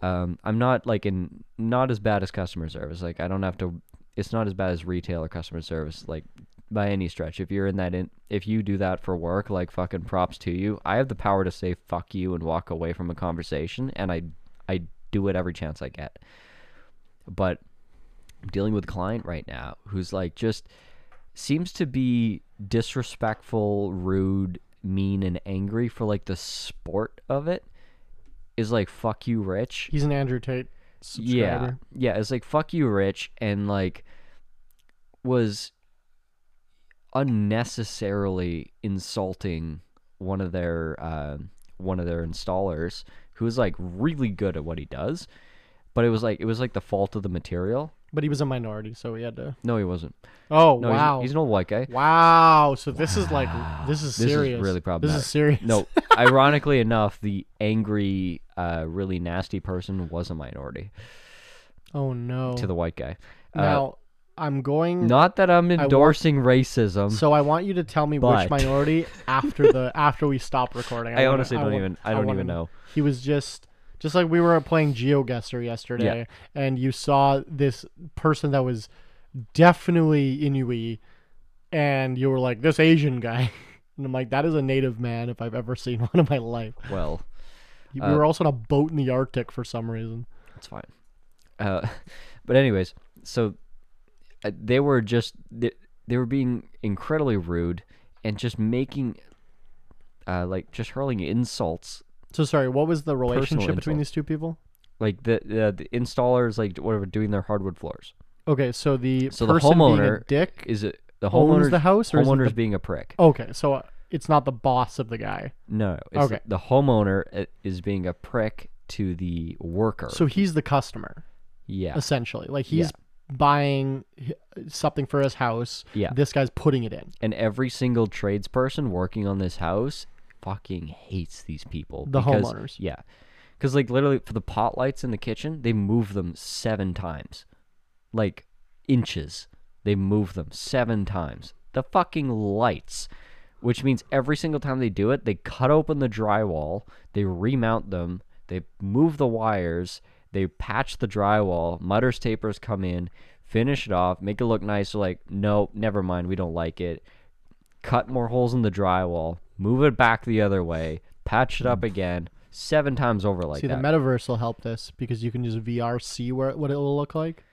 [SPEAKER 2] um, i'm not like in not as bad as customer service like i don't have to it's not as bad as retail or customer service like by any stretch. If you're in that in, if you do that for work, like fucking props to you. I have the power to say fuck you and walk away from a conversation, and I I do it every chance I get. But I'm dealing with a client right now who's like just seems to be disrespectful, rude, mean, and angry for like the sport of it. Is like fuck you, Rich.
[SPEAKER 3] He's an Andrew Tate
[SPEAKER 2] Yeah,
[SPEAKER 3] subscriber.
[SPEAKER 2] yeah. It's like fuck you, Rich, and like was unnecessarily insulting one of their uh, one of their installers who was like really good at what he does, but it was like it was like the fault of the material.
[SPEAKER 3] But he was a minority, so he had to.
[SPEAKER 2] No, he wasn't.
[SPEAKER 3] Oh
[SPEAKER 2] No, he's-
[SPEAKER 3] wow!
[SPEAKER 2] he's an old white guy.
[SPEAKER 3] Wow. So this is like this is
[SPEAKER 2] This is
[SPEAKER 3] serious.
[SPEAKER 2] really
[SPEAKER 3] This
[SPEAKER 2] problematic.
[SPEAKER 3] is serious.
[SPEAKER 2] No, ironically enough, the angry, uh, really nasty person was a minority
[SPEAKER 3] Oh no.
[SPEAKER 2] to the white guy. Uh,
[SPEAKER 3] now I'm going.
[SPEAKER 2] not that I'm
[SPEAKER 3] want-
[SPEAKER 2] endorsing racism.
[SPEAKER 3] Mm. so I want you to tell me
[SPEAKER 2] But-
[SPEAKER 3] which minority after the after we stop recording.
[SPEAKER 2] I
[SPEAKER 3] wanna-
[SPEAKER 2] honestly don't
[SPEAKER 3] want-
[SPEAKER 2] even. I don't
[SPEAKER 3] wanna
[SPEAKER 2] even know.
[SPEAKER 3] He was just just like we were playing GeoGuessr yesterday, and you saw this person that was definitely Inuit, and you were like, "This Asian guy," and I'm like, "That is a native man if I've ever seen one in my life."
[SPEAKER 2] Well,
[SPEAKER 3] We
[SPEAKER 2] Uh,
[SPEAKER 3] were also on a boat in the Arctic for some reason.
[SPEAKER 2] it's fine. Uh, but anyways, so uh, they were just they, they were being incredibly rude and just making, uh, like just hurling insults
[SPEAKER 3] So sorry, what was the relationship
[SPEAKER 2] insult.
[SPEAKER 3] between these two people?
[SPEAKER 2] like the the, the installers like whatever doing their hardwood floors.
[SPEAKER 3] Okay, so the
[SPEAKER 2] So the
[SPEAKER 3] person being a
[SPEAKER 2] homeowner
[SPEAKER 3] dick
[SPEAKER 2] is it the
[SPEAKER 3] owns
[SPEAKER 2] homeowner
[SPEAKER 3] the house, or is it
[SPEAKER 2] homeowner's
[SPEAKER 3] the...
[SPEAKER 2] being a prick.
[SPEAKER 3] okay? So uh, it's not the boss of the guy.
[SPEAKER 2] No, it's
[SPEAKER 3] Okay.
[SPEAKER 2] the homeowner uh, is being a prick to the worker.
[SPEAKER 3] So he's the customer
[SPEAKER 2] yeah,
[SPEAKER 3] essentially. Like he's buying h- something for his house.
[SPEAKER 2] Yeah.
[SPEAKER 3] this guy's putting it in.
[SPEAKER 2] and every single tradesperson working on this house fucking hates these people.
[SPEAKER 3] The
[SPEAKER 2] because-
[SPEAKER 3] homeowners.
[SPEAKER 2] yeah, because like literally for the pot lights in the kitchen, they move them seven times, like inches. They move them seven times. The fucking lights, which means every single time they do it, they cut open the drywall, they remount them, they move the wires, they patch the drywall. Mutters tapers come in, finish it off, make it look nice. So like, no, never mind, we don't like it cut more holes in the drywall, move it back the other way, patch it up again, seven times over like
[SPEAKER 3] Mm. See,
[SPEAKER 2] that.
[SPEAKER 3] the metaverse will help this because you can just VR see where what it will look like.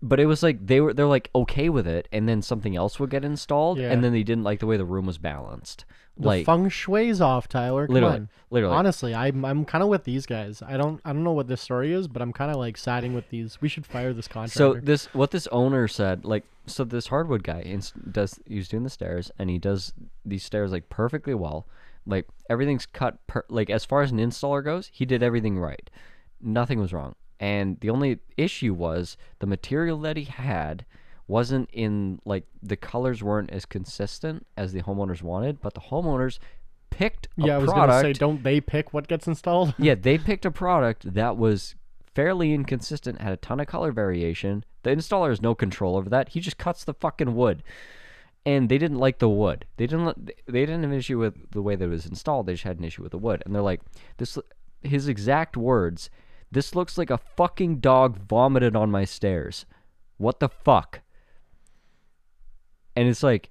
[SPEAKER 2] but it was like they were they're like okay with it, and then something else would get installed,
[SPEAKER 3] Yeah.
[SPEAKER 2] and then they didn't like the way the room was balanced.
[SPEAKER 3] The
[SPEAKER 2] like
[SPEAKER 3] feng shui's off, Tyler. Come
[SPEAKER 2] literally,
[SPEAKER 3] on.
[SPEAKER 2] literally.
[SPEAKER 3] Honestly, I'm I'm kind of with these guys. I don't I don't know what this story is, but I'm kind of like siding with these. We should fire this contractor.
[SPEAKER 2] So this what this owner said, like so this hardwood guy ins- does he's doing the stairs and he does these stairs like perfectly well, like everything's cut per- like as far as an installer goes, he did everything right, nothing was wrong, and the only issue was the material that he had wasn't in like the colors weren't as consistent as the homeowners wanted, but the homeowners picked a
[SPEAKER 3] yeah, I was
[SPEAKER 2] product
[SPEAKER 3] gonna say, don't they pick what gets installed?
[SPEAKER 2] yeah, they picked a product that was fairly inconsistent, had a ton of color variation. The installer has no control over that. He just cuts the fucking wood. And they didn't like the wood. They didn't li- they didn't have an issue with the way that it was installed. They just had an issue with the wood. And they're like, this his exact words, this looks like a fucking dog vomited on my stairs. What the fuck? And it's like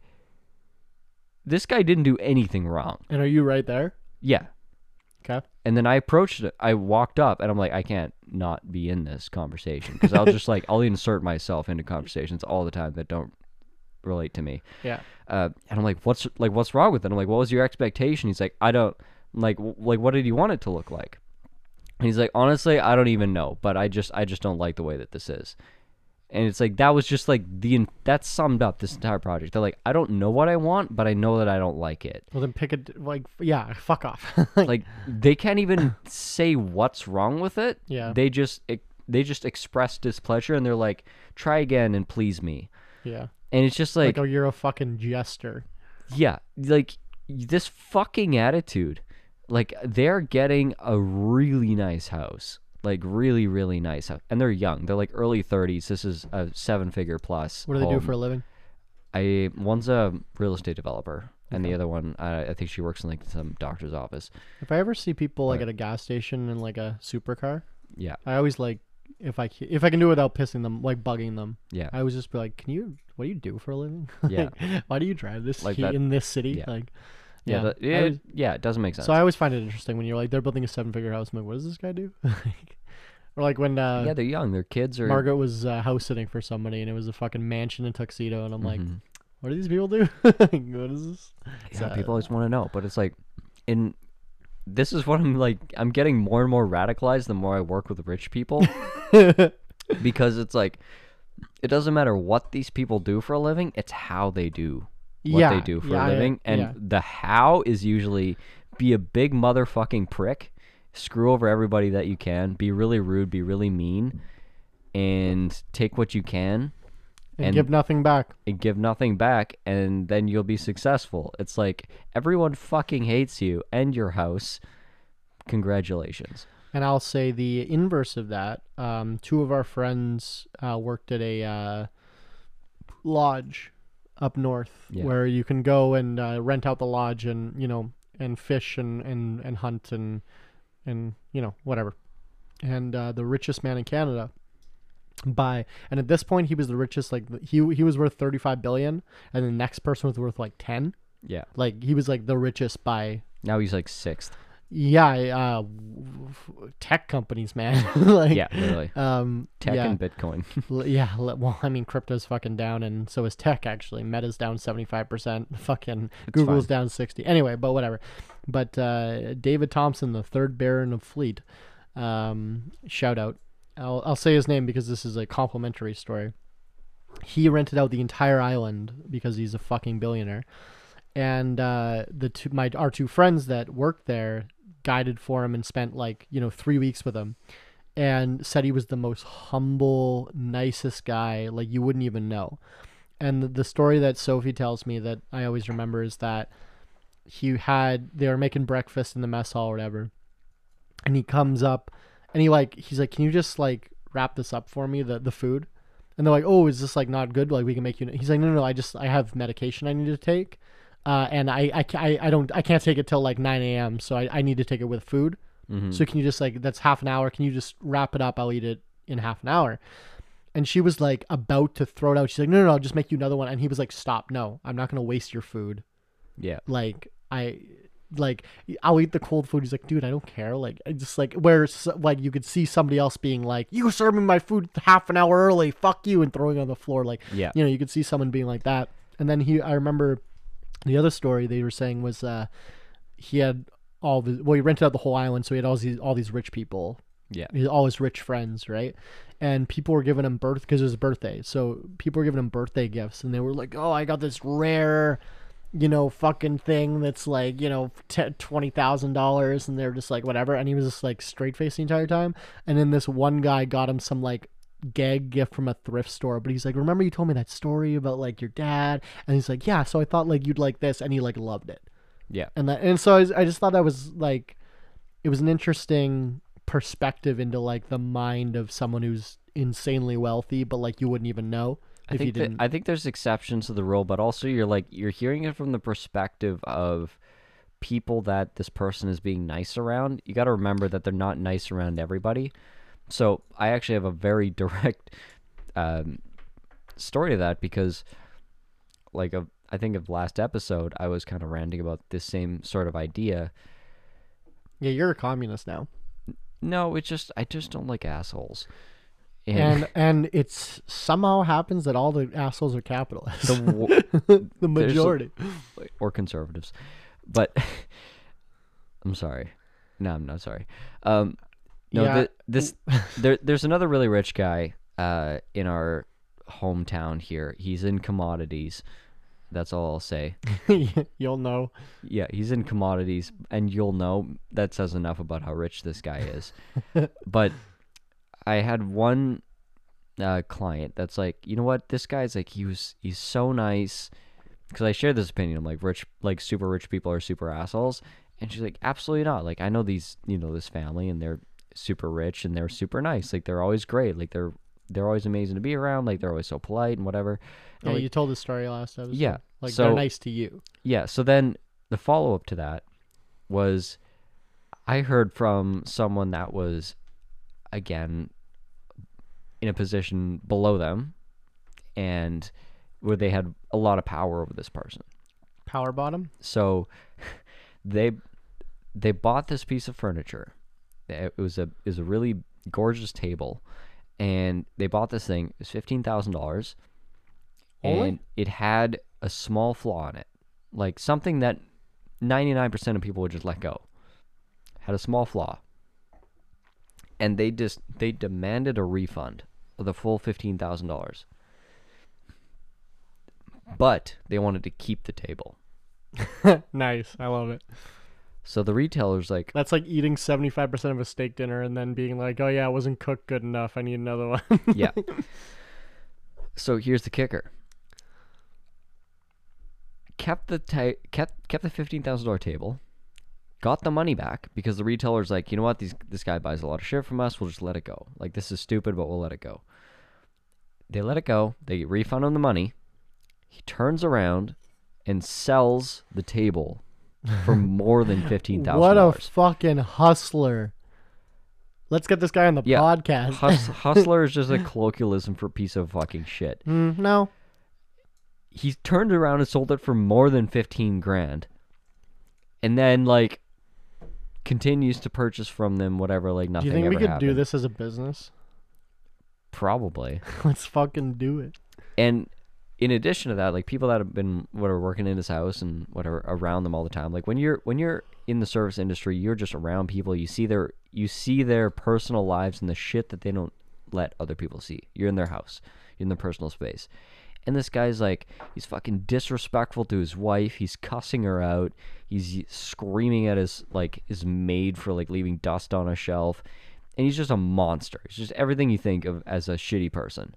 [SPEAKER 2] this guy didn't do anything wrong.
[SPEAKER 3] And are you right there?
[SPEAKER 2] Yeah.
[SPEAKER 3] Okay.
[SPEAKER 2] And then I approached it. I walked up and I'm like, I can't not be in this conversation because I'll just like, I'll insert myself into conversations all the time that don't relate to me.
[SPEAKER 3] Yeah.
[SPEAKER 2] Uh, and I'm like, what's like, what's wrong with it? I'm like, what was your expectation? He's like, I don't I'm like, "W- like, what did you want it to look like? And he's like, honestly, I don't even know, but I just, I just don't like the way that this is. And it's like that was just like the en- that summed up this entire project. They're like, I don't know what I want, but I know that I don't like it
[SPEAKER 3] Well, then pick a d- like yeah, fuck off.
[SPEAKER 2] like they can't even say what's wrong with it.
[SPEAKER 3] Yeah.
[SPEAKER 2] They just ex- they just express displeasure and they're like, try again and please me.
[SPEAKER 3] yeah.
[SPEAKER 2] And it's just like,
[SPEAKER 3] Like, oh, you're a fucking jester.
[SPEAKER 2] yeah, like this fucking attitude. Like they're getting a really nice house, like really really nice house, and they're young. They're like early thirties. This is a seven figure plus.
[SPEAKER 3] What do they do
[SPEAKER 2] home.
[SPEAKER 3] for a living?
[SPEAKER 2] I one's a real estate developer, and the other one, uh, I think she works in like some doctor's office.
[SPEAKER 3] If I ever see people like at a gas station in like a supercar,
[SPEAKER 2] Yeah.
[SPEAKER 3] I always like if I ca- if I can do it without pissing them, like bugging them.
[SPEAKER 2] Yeah.
[SPEAKER 3] I was just be like, can you? What do you do for a living?
[SPEAKER 2] Yeah.
[SPEAKER 3] Like, why do you drive this
[SPEAKER 2] Like
[SPEAKER 3] heat
[SPEAKER 2] that-
[SPEAKER 3] in this city?
[SPEAKER 2] yeah.
[SPEAKER 3] Like,
[SPEAKER 2] Yeah,
[SPEAKER 3] yeah.
[SPEAKER 2] that-
[SPEAKER 3] I
[SPEAKER 2] it,
[SPEAKER 3] was-
[SPEAKER 2] yeah, it doesn't make sense.
[SPEAKER 3] so I always find it interesting when you're like, they're building a seven figure house. I'm like, what does this guy do? Like- or like when uh,
[SPEAKER 2] yeah, they're young. Their kids are.
[SPEAKER 3] Margaret was uh, house sitting for somebody and it was a fucking mansion and tuxedo, and I'm like,
[SPEAKER 2] Mhm.
[SPEAKER 3] what do these people do? what is this?
[SPEAKER 2] yeah,
[SPEAKER 3] uh,
[SPEAKER 2] people always want to know, but it's like, in this is what I'm like. I'm getting more and more radicalized the more I work with rich people, because it's like, it doesn't matter what these people do for a living. It's how they do what
[SPEAKER 3] yeah,
[SPEAKER 2] they do for
[SPEAKER 3] yeah,
[SPEAKER 2] a
[SPEAKER 3] I-
[SPEAKER 2] living, and
[SPEAKER 3] yeah.
[SPEAKER 2] the how is usually be a big motherfucking prick, screw over everybody that you can, be really rude, be really mean, and take what you can.
[SPEAKER 3] and,
[SPEAKER 2] and-
[SPEAKER 3] give nothing back.
[SPEAKER 2] and give nothing back and then you'll be successful. It's like everyone fucking hates you and your house. Congratulations.
[SPEAKER 3] And I'll say the inverse of that. Um, two of our friends uh, worked at a uh, lodge up north
[SPEAKER 2] Yeah.
[SPEAKER 3] where you can go and uh, rent out the lodge and you know and fish and and, and hunt and and you know whatever. And uh, the richest man in Canada by and at this point he was the richest like he he was worth 35 billion and the next person was worth like 10
[SPEAKER 2] Yeah.
[SPEAKER 3] like he was like the richest by
[SPEAKER 2] Now he's like sixth.
[SPEAKER 3] yeah uh w- w- tech companies man like
[SPEAKER 2] Yeah, literally.
[SPEAKER 3] um
[SPEAKER 2] Tech
[SPEAKER 3] yeah,
[SPEAKER 2] and Bitcoin.
[SPEAKER 3] L- yeah l- well i mean crypto's fucking down and so is tech actually meta's down 75% fucking google's
[SPEAKER 2] fine.
[SPEAKER 3] down 60 anyway but whatever but uh david thompson the third baron of fleet um shout out i'll, I'll say his name because this is a complimentary story he rented out the entire island because he's a fucking billionaire and uh, the two my our two friends that worked there guided for him and spent like you know three weeks with him and said he was the most humble nicest guy like you wouldn't even know and the, the story that sophie tells me that i always remember is that he had they were making breakfast in the mess hall or whatever and he comes up and he like he's like can you just like wrap this up for me the the food and they're like oh is this like not good like we can make you he's like no no, no i just i have medication i need to take uh, and I, I, ca- I, I don't I can't take it till like 9 a.m. So I, I need to take it with food. So can you just like that's half an hour? Can you just wrap it up? I'll eat it in half an hour. And she was like about to throw it out. She's like, no, no, no, I'll just make you another one. And he was like, stop, no, I'm not gonna waste your food
[SPEAKER 2] Yeah.
[SPEAKER 3] like I like I'll eat the cold food. He's like, dude, I don't care. Like, I just like where s- like you could see somebody else being like, you served me my food half an hour early, fuck you, and throwing it on the floor. Like,
[SPEAKER 2] Yeah.
[SPEAKER 3] you know, you could see someone being like that. And then he, I remember the other story they were saying was uh he had all of his, well he rented out the whole island, so he had all these all these rich people
[SPEAKER 2] Yeah.
[SPEAKER 3] his, all his rich friends, right? And people were giving him birth because it was his birthday. So people were giving him birthday gifts, and they were like, "Oh, I got this rare, you know, fucking thing that's like, you know, t- twenty thousand dollars," and they're just like, "Whatever." And he was just like straight faced the entire time. And then this one guy got him some like gag gift from a thrift store but he's like remember you told me that story about like your dad and he's like yeah so i thought like you'd like this and he like loved it
[SPEAKER 2] Yeah.
[SPEAKER 3] and that and so I, was- I just thought that was like it was an interesting perspective into like the mind of someone who's insanely wealthy but like you wouldn't even know
[SPEAKER 2] I
[SPEAKER 3] if you
[SPEAKER 2] think that,
[SPEAKER 3] didn't
[SPEAKER 2] I think there's exceptions to the rule, but also you're like you're hearing it from the perspective of people that this person is being nice around. You got to remember that they're not nice around everybody. So I actually have a very direct um, story to that because, like, of I think of last episode, I was kind of ranting about this same sort of idea.
[SPEAKER 3] yeah you're a communist now
[SPEAKER 2] No, it's just I just don't like assholes.
[SPEAKER 3] and and it's somehow happens that all the assholes are capitalists
[SPEAKER 2] the wo-
[SPEAKER 3] the,
[SPEAKER 2] a-
[SPEAKER 3] majority
[SPEAKER 2] or conservatives. But I'm sorry. No, I'm not sorry. Um, no,
[SPEAKER 3] Yeah.
[SPEAKER 2] th- this there, there's another really rich guy uh, in our hometown here. He's in commodities. That's all I'll say.
[SPEAKER 3] you'll know
[SPEAKER 2] Yeah, he's in commodities, and you'll know that says enough about how rich this guy is. but I had one uh, client that's like, you know what? This guy's like, he was, he's so nice. Because I share this opinion, I'm like, rich, like super rich people are super assholes, and she's like, absolutely not. Like I know these, you know, this family, and they're super rich and they're super nice. Like they're always great. Like they're they're always amazing to be around. Like they're always so polite and whatever. And
[SPEAKER 3] yeah,
[SPEAKER 2] I'm like,
[SPEAKER 3] you told the story last episode
[SPEAKER 2] Yeah,
[SPEAKER 3] like
[SPEAKER 2] so-
[SPEAKER 3] they're nice to you
[SPEAKER 2] yeah, so then the follow up to that was I heard from someone that was again in a position below them and where they had a lot of power over this person.
[SPEAKER 3] Power bottom.
[SPEAKER 2] So they they bought this piece of furniture. It was a it was a really gorgeous table, and they bought this thing. It was fifteen thousand dollars,
[SPEAKER 3] Only?
[SPEAKER 2] and it had a small flaw in it, like something that ninety nine percent of people would just let go. Had a small flaw, and they just they demanded a refund of the full fifteen thousand dollars. But they wanted to keep the table.
[SPEAKER 3] nice. I love it.
[SPEAKER 2] So the retailer's like,
[SPEAKER 3] That's like eating 75% of a steak dinner and then being like, oh, yeah, it wasn't cooked good enough. I need another one.
[SPEAKER 2] yeah. So here's the kicker. Kept the ta- kept kept the fifteen thousand dollar table, got the money back because the retailer's like, you know what, these this guy buys a lot of shit from us. We'll just let it go. Like this is stupid, but we'll let it go. They let it go. They refund him the money. He turns around and sells the table for more than fifteen thousand
[SPEAKER 3] what a
[SPEAKER 2] dollars.
[SPEAKER 3] fucking hustler. Let's get this guy on the
[SPEAKER 2] Yeah.
[SPEAKER 3] podcast.
[SPEAKER 2] Hus- hustler is just a colloquialism for piece of fucking shit.
[SPEAKER 3] Mm, no.
[SPEAKER 2] he turned around and sold it for more than 15 grand and then like continues to purchase from them whatever like
[SPEAKER 3] Do
[SPEAKER 2] nothing
[SPEAKER 3] you think we
[SPEAKER 2] ever
[SPEAKER 3] could do
[SPEAKER 2] happened.
[SPEAKER 3] this as a business?
[SPEAKER 2] probably
[SPEAKER 3] Let's fucking do it.
[SPEAKER 2] and in addition to that like people that have been whatever working in his house and whatever around them all the time like when you're when you're in the service industry you're just around people you see their you see their personal lives and the shit that they don't let other people see you're in their house you're in their personal space and this guy's like he's fucking disrespectful to his wife he's cussing her out he's y- screaming at his like his maid for like leaving dust on a shelf and he's just a monster he's just everything you think of as a shitty person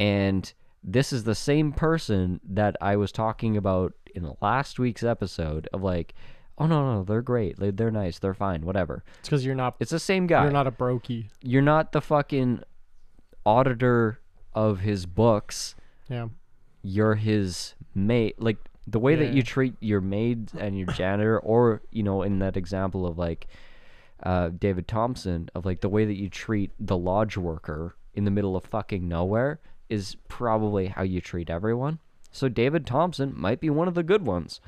[SPEAKER 2] and this is the same person that I was talking about in last week's episode of like, oh no no they're great They- they're nice they're fine whatever.
[SPEAKER 3] It's because you're not.
[SPEAKER 2] It's the same guy.
[SPEAKER 3] You're not a brokey.
[SPEAKER 2] You're not the fucking auditor of his books.
[SPEAKER 3] Yeah.
[SPEAKER 2] You're his maid. Like the way that
[SPEAKER 3] Yeah.
[SPEAKER 2] you treat your maid and your janitor, or you know, in that example of like uh, David Thompson, of like the way that you treat the lodge worker in the middle of fucking nowhere is probably how you treat everyone. So David Thompson might be one of the good ones.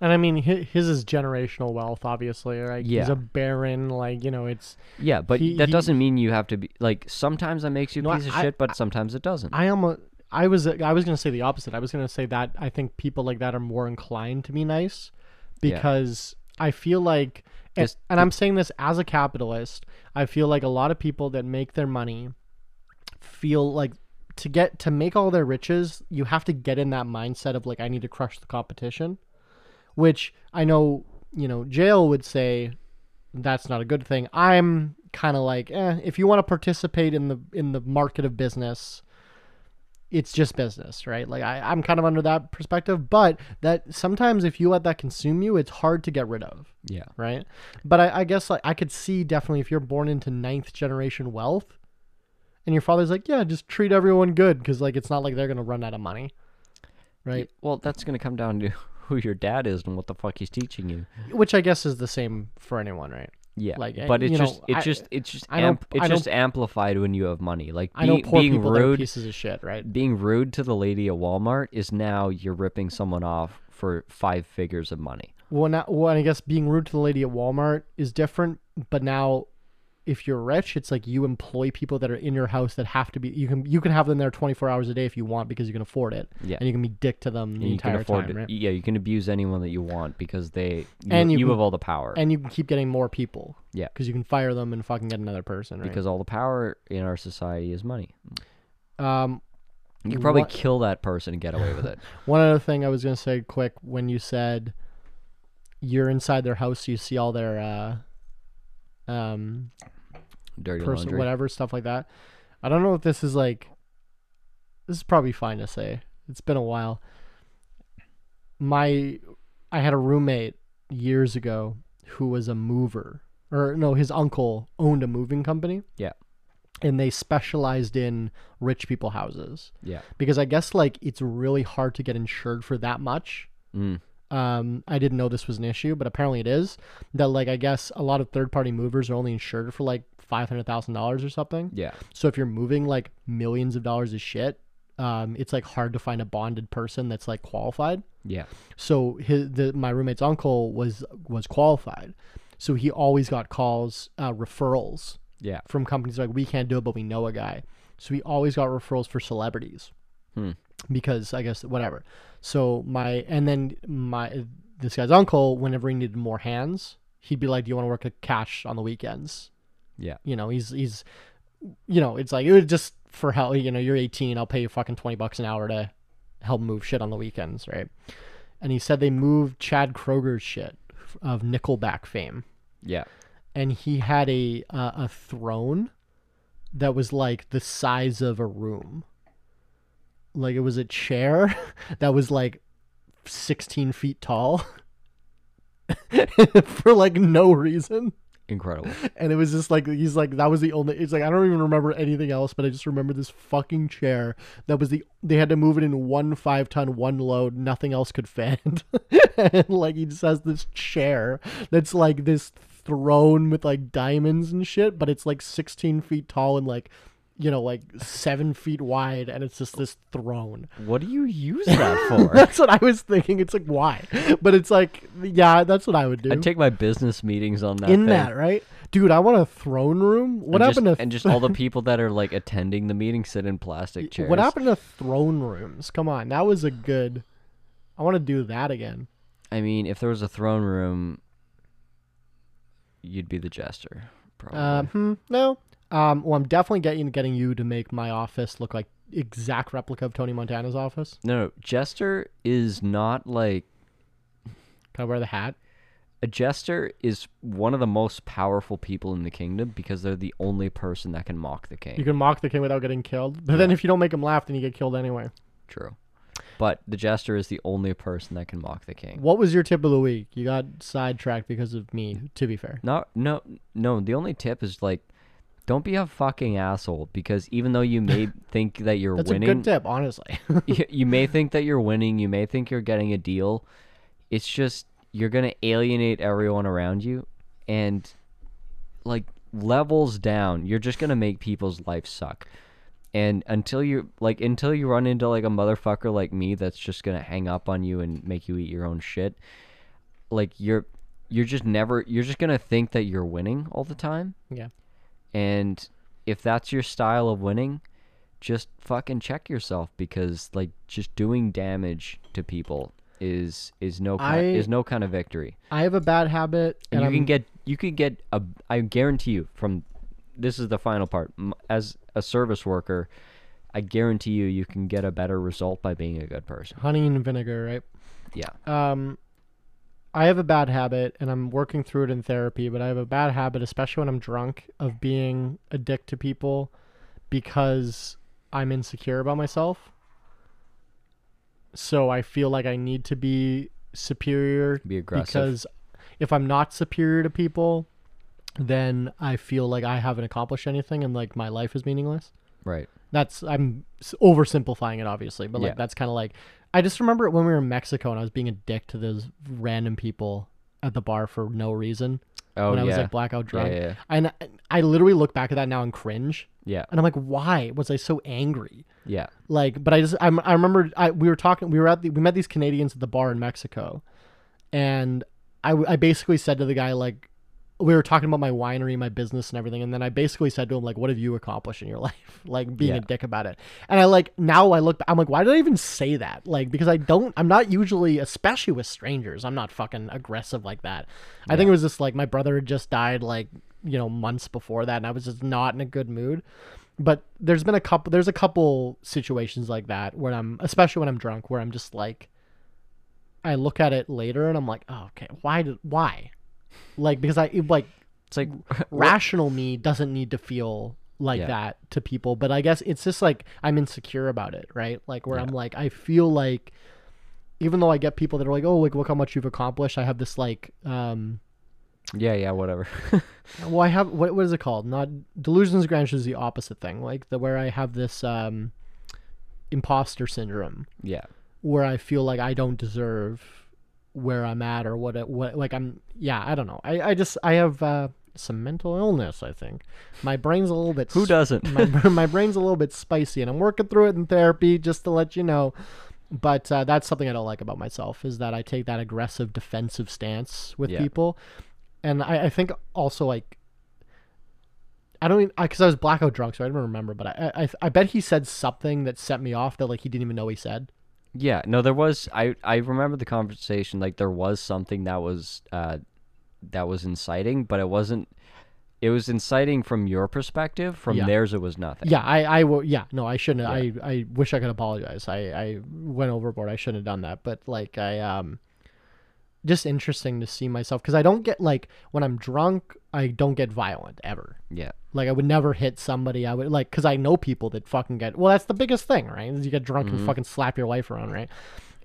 [SPEAKER 3] And I mean, hi- his is generational wealth, obviously, right? He's
[SPEAKER 2] Yeah.
[SPEAKER 3] a baron, like you know, it's.
[SPEAKER 2] Yeah, but
[SPEAKER 3] He-
[SPEAKER 2] that
[SPEAKER 3] he-
[SPEAKER 2] doesn't mean you have to be like. Sometimes that makes you a
[SPEAKER 3] No,
[SPEAKER 2] piece of
[SPEAKER 3] I-
[SPEAKER 2] shit, but sometimes it doesn't.
[SPEAKER 3] I am. A, I was. I was gonna say the opposite. I was gonna say that I think people like that are more inclined to be nice,
[SPEAKER 2] Yeah.
[SPEAKER 3] because I feel like, and,
[SPEAKER 2] Just-
[SPEAKER 3] and I'm saying this as a capitalist, I feel like a lot of people that make their money feel like to get to make all their riches, you have to get in that mindset of like I need to crush the competition, which I know you know jail would say that's not a good thing. I'm kind of like, eh, if you want to participate in the in the market of business, it's just business, right? Like I, I'm kind of under that perspective, but that sometimes if you let that consume you, it's hard to get rid of,
[SPEAKER 2] yeah,
[SPEAKER 3] right? But I, I guess like I could see definitely if you're born into ninth generation wealth, and your father's like, yeah, just treat everyone good because like it's not like they're gonna run out of money, right?
[SPEAKER 2] Well, that's gonna come down to who your dad is and what the fuck he's teaching you.
[SPEAKER 3] Which I guess is the same for anyone, right?
[SPEAKER 2] Yeah,
[SPEAKER 3] Like, uh,
[SPEAKER 2] but it's
[SPEAKER 3] you know,
[SPEAKER 2] just it's
[SPEAKER 3] I-
[SPEAKER 2] just it's just
[SPEAKER 3] I don't-
[SPEAKER 2] amp- it's
[SPEAKER 3] I don't-
[SPEAKER 2] just amplified when you have money. Like
[SPEAKER 3] I know
[SPEAKER 2] be-
[SPEAKER 3] poor
[SPEAKER 2] being
[SPEAKER 3] people that are
[SPEAKER 2] rude,
[SPEAKER 3] pieces of shit, right?
[SPEAKER 2] being rude to the lady at Walmart is now you're ripping someone off for five figures of money.
[SPEAKER 3] Well, now, well, I guess being rude to the lady at Walmart is different, but now, if you're rich, it's like you employ people that are in your house that have to be. You can you can have them there 24 hours a day if you want because you can afford it,
[SPEAKER 2] Yeah.
[SPEAKER 3] and you can be dick to them the
[SPEAKER 2] And you can
[SPEAKER 3] entire
[SPEAKER 2] afford
[SPEAKER 3] time,
[SPEAKER 2] to-
[SPEAKER 3] right?
[SPEAKER 2] Yeah, you can abuse anyone that you want because they you,
[SPEAKER 3] And you
[SPEAKER 2] you
[SPEAKER 3] can-
[SPEAKER 2] have all the power.
[SPEAKER 3] And you can keep getting more people,
[SPEAKER 2] Yeah.
[SPEAKER 3] because you can fire them and fucking get another person, right?
[SPEAKER 2] because all the power in our society is money.
[SPEAKER 3] um,
[SPEAKER 2] You could probably
[SPEAKER 3] What-
[SPEAKER 2] kill that person and get away with it.
[SPEAKER 3] one other thing I was gonna say quick when you said you're inside their house, you see all their uh, um,
[SPEAKER 2] Dirty
[SPEAKER 3] person,
[SPEAKER 2] laundry.
[SPEAKER 3] whatever stuff like that. I don't know if this is like. This is probably fine to say. It's been a while. My, I had a roommate years ago who was a mover, or no, his uncle owned a moving company.
[SPEAKER 2] Yeah.
[SPEAKER 3] And they specialized in rich people houses
[SPEAKER 2] Yeah.
[SPEAKER 3] because I guess like it's really hard to get insured for that much
[SPEAKER 2] Mm.
[SPEAKER 3] um, I didn't know this was an issue, but apparently it is. That like I guess a lot of third party movers are only insured for like five hundred thousand dollars or something.
[SPEAKER 2] Yeah.
[SPEAKER 3] So if you're moving like millions of dollars of shit, um, it's like hard to find a bonded person that's like qualified.
[SPEAKER 2] Yeah.
[SPEAKER 3] So his the, my roommate's uncle was was qualified, so he always got calls uh, referrals
[SPEAKER 2] Yeah.
[SPEAKER 3] from companies like we can't do it, but we know a guy. So we always got referrals for celebrities
[SPEAKER 2] Hmm.
[SPEAKER 3] because I guess whatever. So my and then my this guy's uncle, whenever he needed more hands, he'd be like, "Do you want to work a cash on the weekends?"
[SPEAKER 2] Yeah.
[SPEAKER 3] you know, he's he's, you know, it's like it was just for help. You know, you're 18, I'll pay you fucking 20 bucks an hour to help move shit on the weekends, right? And he said they moved Chad Kroger's shit of Nickelback fame
[SPEAKER 2] Yeah.
[SPEAKER 3] and he had a uh, a throne that was like the size of a room. Like it was a chair that was like 16 feet tall for like no reason.
[SPEAKER 2] Incredible.
[SPEAKER 3] And it was just like, he's like, that was the only, it's like, I don't even remember anything else, but I just remember this fucking chair that was the, they had to move it in one five ton, one load, nothing else could fit. and like, he just has this chair that's like this throne with like diamonds and shit, but it's like 16 feet tall and like, you know, like seven feet wide, and it's just this throne.
[SPEAKER 2] What do you use that for?
[SPEAKER 3] That's what I was thinking. It's like, why? But it's like, yeah, that's what I would do.
[SPEAKER 2] I take my business meetings on that.
[SPEAKER 3] in
[SPEAKER 2] thing.
[SPEAKER 3] that, right? Dude, I want a throne room. What
[SPEAKER 2] and
[SPEAKER 3] happened
[SPEAKER 2] just,
[SPEAKER 3] to
[SPEAKER 2] and just all the people that are like attending the meeting sit in plastic chairs.
[SPEAKER 3] What happened to throne rooms? Come on, that was a good. I want to do that again.
[SPEAKER 2] I mean, if there was a throne room, you'd be the jester, probably.
[SPEAKER 3] Um, hmm, no. Um, well, I'm definitely getting getting you to make my office look like exact replica of Tony Montana's office.
[SPEAKER 2] no, no, jester is not like
[SPEAKER 3] Can I wear the hat?
[SPEAKER 2] a jester is one of the most powerful people in the kingdom because they're the only person that can mock the king.
[SPEAKER 3] You can mock the king without getting killed, but then if you don't make him laugh, then you get killed anyway.
[SPEAKER 2] True. But the jester is the only person that can mock the king.
[SPEAKER 3] What was your tip of the week? You got sidetracked because of me. To be fair,
[SPEAKER 2] No, no, no. The only tip is like, don't be a fucking asshole because even though you may think that you're
[SPEAKER 3] that's a
[SPEAKER 2] winning,
[SPEAKER 3] good tip, honestly.
[SPEAKER 2] you, you may think that you're winning, you may think you're getting a deal. It's just you're gonna alienate everyone around you, and like levels down, you're just gonna make people's life suck. And until you like, until you run into like a motherfucker like me that's just gonna hang up on you and make you eat your own shit, like you're you're just never you're just gonna think that you're winning all the time.
[SPEAKER 3] yeah.
[SPEAKER 2] And if that's your style of winning, just fucking check yourself because like just doing damage to people is is no ki-
[SPEAKER 3] I-
[SPEAKER 2] is no kind of victory.
[SPEAKER 3] I have a bad habit,
[SPEAKER 2] And
[SPEAKER 3] and
[SPEAKER 2] you
[SPEAKER 3] I'm
[SPEAKER 2] can get you could get a I guarantee you from this is the final part M- as a service worker, I guarantee you you can get a better result by being a good person.
[SPEAKER 3] honey and vinegar, right?
[SPEAKER 2] Yeah.
[SPEAKER 3] um I have a bad habit and I'm working through it in therapy, but I have a bad habit especially when I'm drunk of being a dick to people because I'm insecure about myself. So I feel like I need to be superior
[SPEAKER 2] Be aggressive.
[SPEAKER 3] because if I'm not superior to people, then I feel like I haven't accomplished anything and like my life is meaningless
[SPEAKER 2] right.
[SPEAKER 3] that's I'm s- oversimplifying it obviously, but like
[SPEAKER 2] Yeah.
[SPEAKER 3] that's kind of like I just remember it when we were in Mexico and I was being a dick to those random people at the bar for no reason
[SPEAKER 2] Oh
[SPEAKER 3] when I
[SPEAKER 2] yeah.
[SPEAKER 3] was like blackout drunk.
[SPEAKER 2] yeah, yeah.
[SPEAKER 3] And I, I literally look back at that now and cringe.
[SPEAKER 2] yeah.
[SPEAKER 3] And I'm like, why was I so angry?
[SPEAKER 2] Yeah.
[SPEAKER 3] like but i just I'm, i remember I, we were talking we were at the we met these canadians at the bar in mexico and I, w- I basically said to the guy like we were talking about my winery my business and everything and then i basically said to him like what have you accomplished in your life like being
[SPEAKER 2] Yeah.
[SPEAKER 3] a dick about it and i like now i look i'm like why did i even say that like because i don't i'm not usually especially with strangers i'm not fucking aggressive like that i think it was just like my brother had just died like you know months before that and i was just not in a good mood but there's been a couple there's a couple situations like that when i'm especially when i'm drunk where i'm just like i look at it later and i'm like oh, okay why did why like because i it, like
[SPEAKER 2] It's like
[SPEAKER 3] rational me doesn't need to feel like
[SPEAKER 2] Yeah.
[SPEAKER 3] that to people but i guess it's just like i'm insecure about it right like where i'm like i feel like even though i get people that are like oh like look how much you've accomplished i have this like um
[SPEAKER 2] yeah, yeah, whatever.
[SPEAKER 3] well, I have what what is it called? Not delusions of grandeur is the opposite thing. Like the where I have this um imposter syndrome
[SPEAKER 2] yeah.
[SPEAKER 3] where I feel like I don't deserve where I'm at or what it, what like I'm yeah I don't know I I just I have uh, some mental illness I think my brain's a little bit
[SPEAKER 2] Who
[SPEAKER 3] sp-
[SPEAKER 2] doesn't?
[SPEAKER 3] my, my brain's a little bit spicy and I'm working through it in therapy just to let you know but uh, that's something I don't like about myself is that I take that aggressive defensive stance with
[SPEAKER 2] Yeah.
[SPEAKER 3] people and I, I think also like I don't even because I, was blackout drunk so I don't remember but I, I I bet he said something that set me off that like he didn't even know he said
[SPEAKER 2] Yeah, no, there was. I I remember the conversation. Like there was something that was uh, that was inciting, but it wasn't. It was inciting from your perspective. From
[SPEAKER 3] Yeah.
[SPEAKER 2] theirs, it was nothing.
[SPEAKER 3] Yeah, I, I will. Yeah, no, I shouldn't. I, I wish I could apologize. I, I went overboard. I shouldn't have done that. But like, I um, just interesting to see myself because I don't get like when I'm drunk, I don't get violent ever.
[SPEAKER 2] Yeah.
[SPEAKER 3] Like I would never hit somebody. I would like because I know people that fucking get. Well, that's the biggest thing, right? Is you get drunk and fucking slap your wife around, right?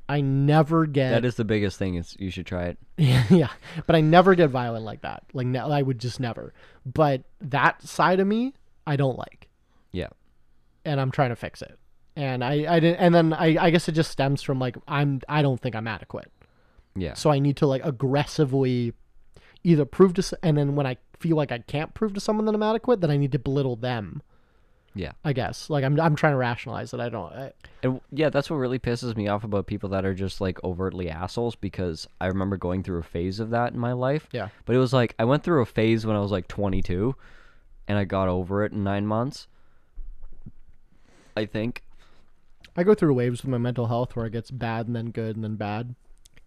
[SPEAKER 3] I never get.
[SPEAKER 2] That is the biggest thing. Is you should try it.
[SPEAKER 3] Yeah, yeah, but I never get violent like that. Like no, I would just never. But that side of me, I don't like.
[SPEAKER 2] Yeah.
[SPEAKER 3] and I'm trying to fix it. And I, I didn't, and then I, I guess it just stems from like I'm I don't think I'm adequate,
[SPEAKER 2] Yeah.
[SPEAKER 3] so I need to like aggressively either prove to, s- and then when I feel like I can't prove to someone that I'm adequate, then I need to belittle them.
[SPEAKER 2] Yeah.
[SPEAKER 3] I guess like I'm I'm trying to rationalize that I don't. I,
[SPEAKER 2] And yeah, that's what really pisses me off about people that are just like overtly assholes because I remember going through a phase of that in my life.
[SPEAKER 3] Yeah.
[SPEAKER 2] But it was like I went through a phase when I was like 22 and I got over it in 9 months. I think.
[SPEAKER 3] I go through waves with my mental health where it gets bad and then good and then bad.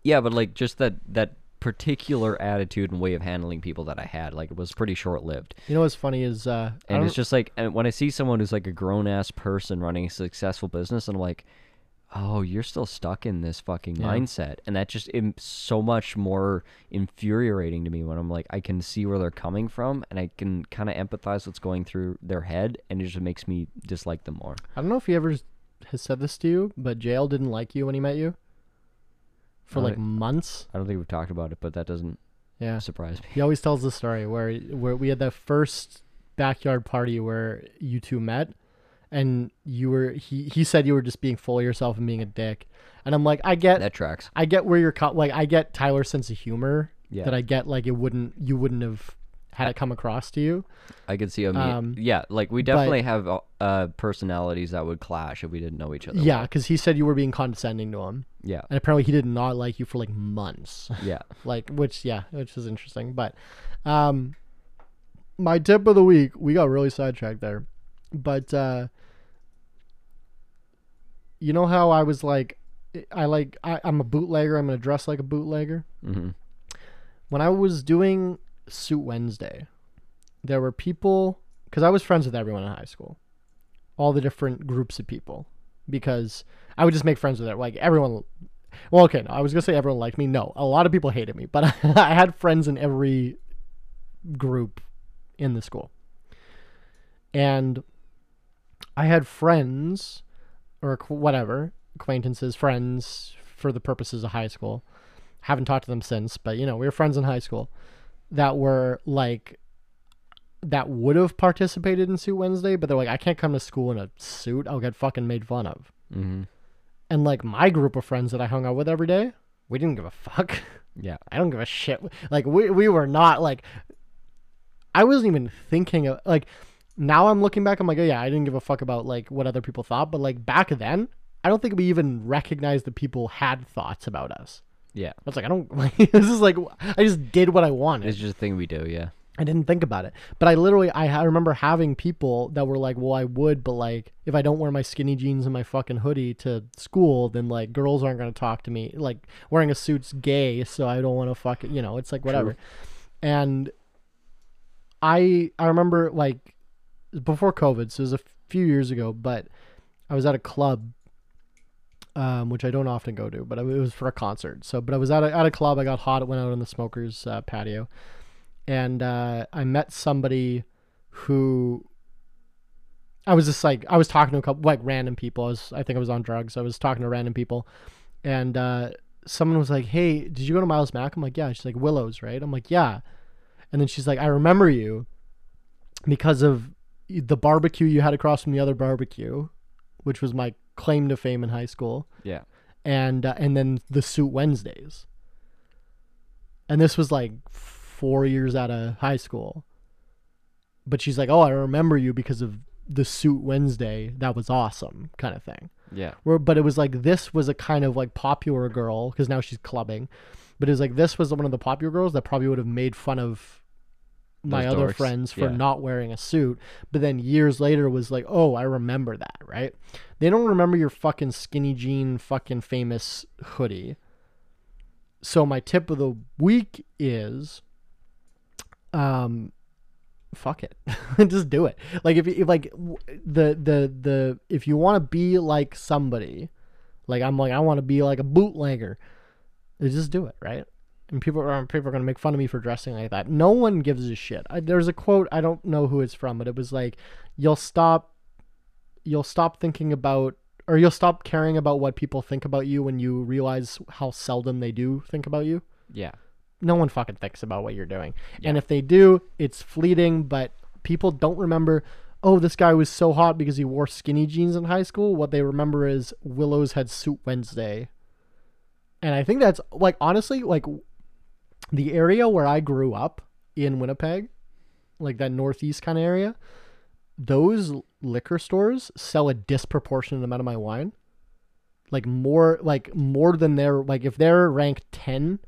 [SPEAKER 2] Yeah, but like just that that particular attitude and way of handling people that I had like it was pretty short-lived.
[SPEAKER 3] You know what's funny is uh, I
[SPEAKER 2] And
[SPEAKER 3] don't-
[SPEAKER 2] it's just like and when I see someone who's like a grown ass person running a successful business, and I'm like, oh, you're still stuck in this fucking mindset, and that just is so much more infuriating to me when I'm like, I can see where they're coming from, and I can kind of empathize what's going through their head, and it just makes me dislike them more.
[SPEAKER 3] I don't know if he ever s- has said this to you, but JL didn't like you when he met you for like
[SPEAKER 2] Right.
[SPEAKER 3] months.
[SPEAKER 2] I don't think we've talked about it, but that doesn't
[SPEAKER 3] Yeah.
[SPEAKER 2] surprise me.
[SPEAKER 3] He always tells the story where where we had that first backyard party where you two met, and you were he he said you were just being full of yourself and being a dick, and I'm like I get
[SPEAKER 2] That tracks.
[SPEAKER 3] I get where you're co- like I get Tyler's sense of humor
[SPEAKER 2] Yeah.
[SPEAKER 3] that I get like it wouldn't you wouldn't have had it come across to you.
[SPEAKER 2] I could see a me-
[SPEAKER 3] Um,
[SPEAKER 2] yeah, like we definitely have uh, uh, personalities that would clash if we didn't know each other.
[SPEAKER 3] Yeah, because he said you were being condescending to him,
[SPEAKER 2] Yeah,
[SPEAKER 3] and apparently he did not like you for like months.
[SPEAKER 2] yeah.
[SPEAKER 3] like which yeah which is interesting but um my tip of the week we got really sidetracked there but uh you know how i was like i like I, i'm a bootlegger i'm gonna dress like a bootlegger
[SPEAKER 2] hmm
[SPEAKER 3] when i was doing suit wednesday there were people because i was friends with everyone in high school all the different groups of people because i would just make friends with it like everyone well, okay, no, I was gonna say everyone liked me. No, a lot of people hated me, but I had friends in every group in the school, and I had friends or acqu- whatever acquaintances, friends for the purposes of high school. Haven't talked to them since, but you know, we were friends in high school that were like that would have participated in suit Wednesday, but they're like, I can't come to school in a suit. I'll get fucking made fun of
[SPEAKER 2] hmm
[SPEAKER 3] and like my group of friends that I hung out with every day, we didn't give a fuck.
[SPEAKER 2] Yeah.
[SPEAKER 3] I don't give a shit. Like we we were not like I wasn't even thinking of like now I'm looking back I'm like, oh yeah, I didn't give a fuck about like what other people thought, but like back then, I don't think we even recognized that people had thoughts about us.
[SPEAKER 2] Yeah.
[SPEAKER 3] I was like, I don't like this is like I just did what I wanted.
[SPEAKER 2] It's just a thing we do, yeah.
[SPEAKER 3] I didn't think about it. But I literally, I, ha- remember having people that were like, well, I would, but like, if I don't wear my skinny jeans and my fucking hoodie to school, then like, girls aren't going to talk to me. Like, wearing a suit's gay, so I don't want to fuck, you know, it's like whatever. And I, I remember like before COVID, so it was a few years ago, but I was at a club um, which I don't often go to, but it was for a concert. So, but I was at a, at a club. I got hot. It went out on the smokers' uh, patio, and uh, I met somebody who I was just like I was talking to a couple like random people. I was I think I was on drugs. I was talking to random people, and uh, someone was like, "Hey, did you go to Miles Mack?" I'm like, "Yeah." She's like, "Willows, right?" I'm like, "Yeah," and then she's like, "I remember you because of the barbecue you had across from the other barbecue, which was my claim to fame in high school."
[SPEAKER 2] Yeah.
[SPEAKER 3] and uh, and then the suit Wednesdays. and this was like four years out of high school. But she's like, "Oh, I remember you because of the suit Wednesday. That was awesome," kind of thing.
[SPEAKER 2] Yeah.
[SPEAKER 3] Where, but it was like this was a kind of like popular girl because now she's clubbing, but it was like this was one of the popular girls that probably would have made fun of my
[SPEAKER 2] Those
[SPEAKER 3] other
[SPEAKER 2] dorks,
[SPEAKER 3] friends for
[SPEAKER 2] yeah.
[SPEAKER 3] not wearing a suit. But then years later was like, oh, I remember that, right? They don't remember your fucking skinny jean, fucking famous hoodie. So my tip of the week is, um, fuck it, just do it. Like if, you- if like w- the the the if you want to be like somebody, like I'm like I want to be like a bootlegger, just do it, right? and people are people are gonna make fun of me for dressing like that. No one gives a shit. I, there's a quote I don't know who it's from, but it was like, "You'll stop, you'll stop thinking about, or you'll stop caring about what people think about you when you realize how seldom they do think about you."
[SPEAKER 2] Yeah.
[SPEAKER 3] no one fucking thinks about what you're doing. And
[SPEAKER 2] Yeah.
[SPEAKER 3] if they do, it's fleeting, but people don't remember, oh, this guy was so hot because he wore skinny jeans in high school. What they remember is Willows had suit Wednesday. And I think that's like honestly, like the area where I grew up in Winnipeg, like that northeast kind of area, those liquor stores sell a disproportionate amount of my wine. Like more like more than their like if they're ranked 10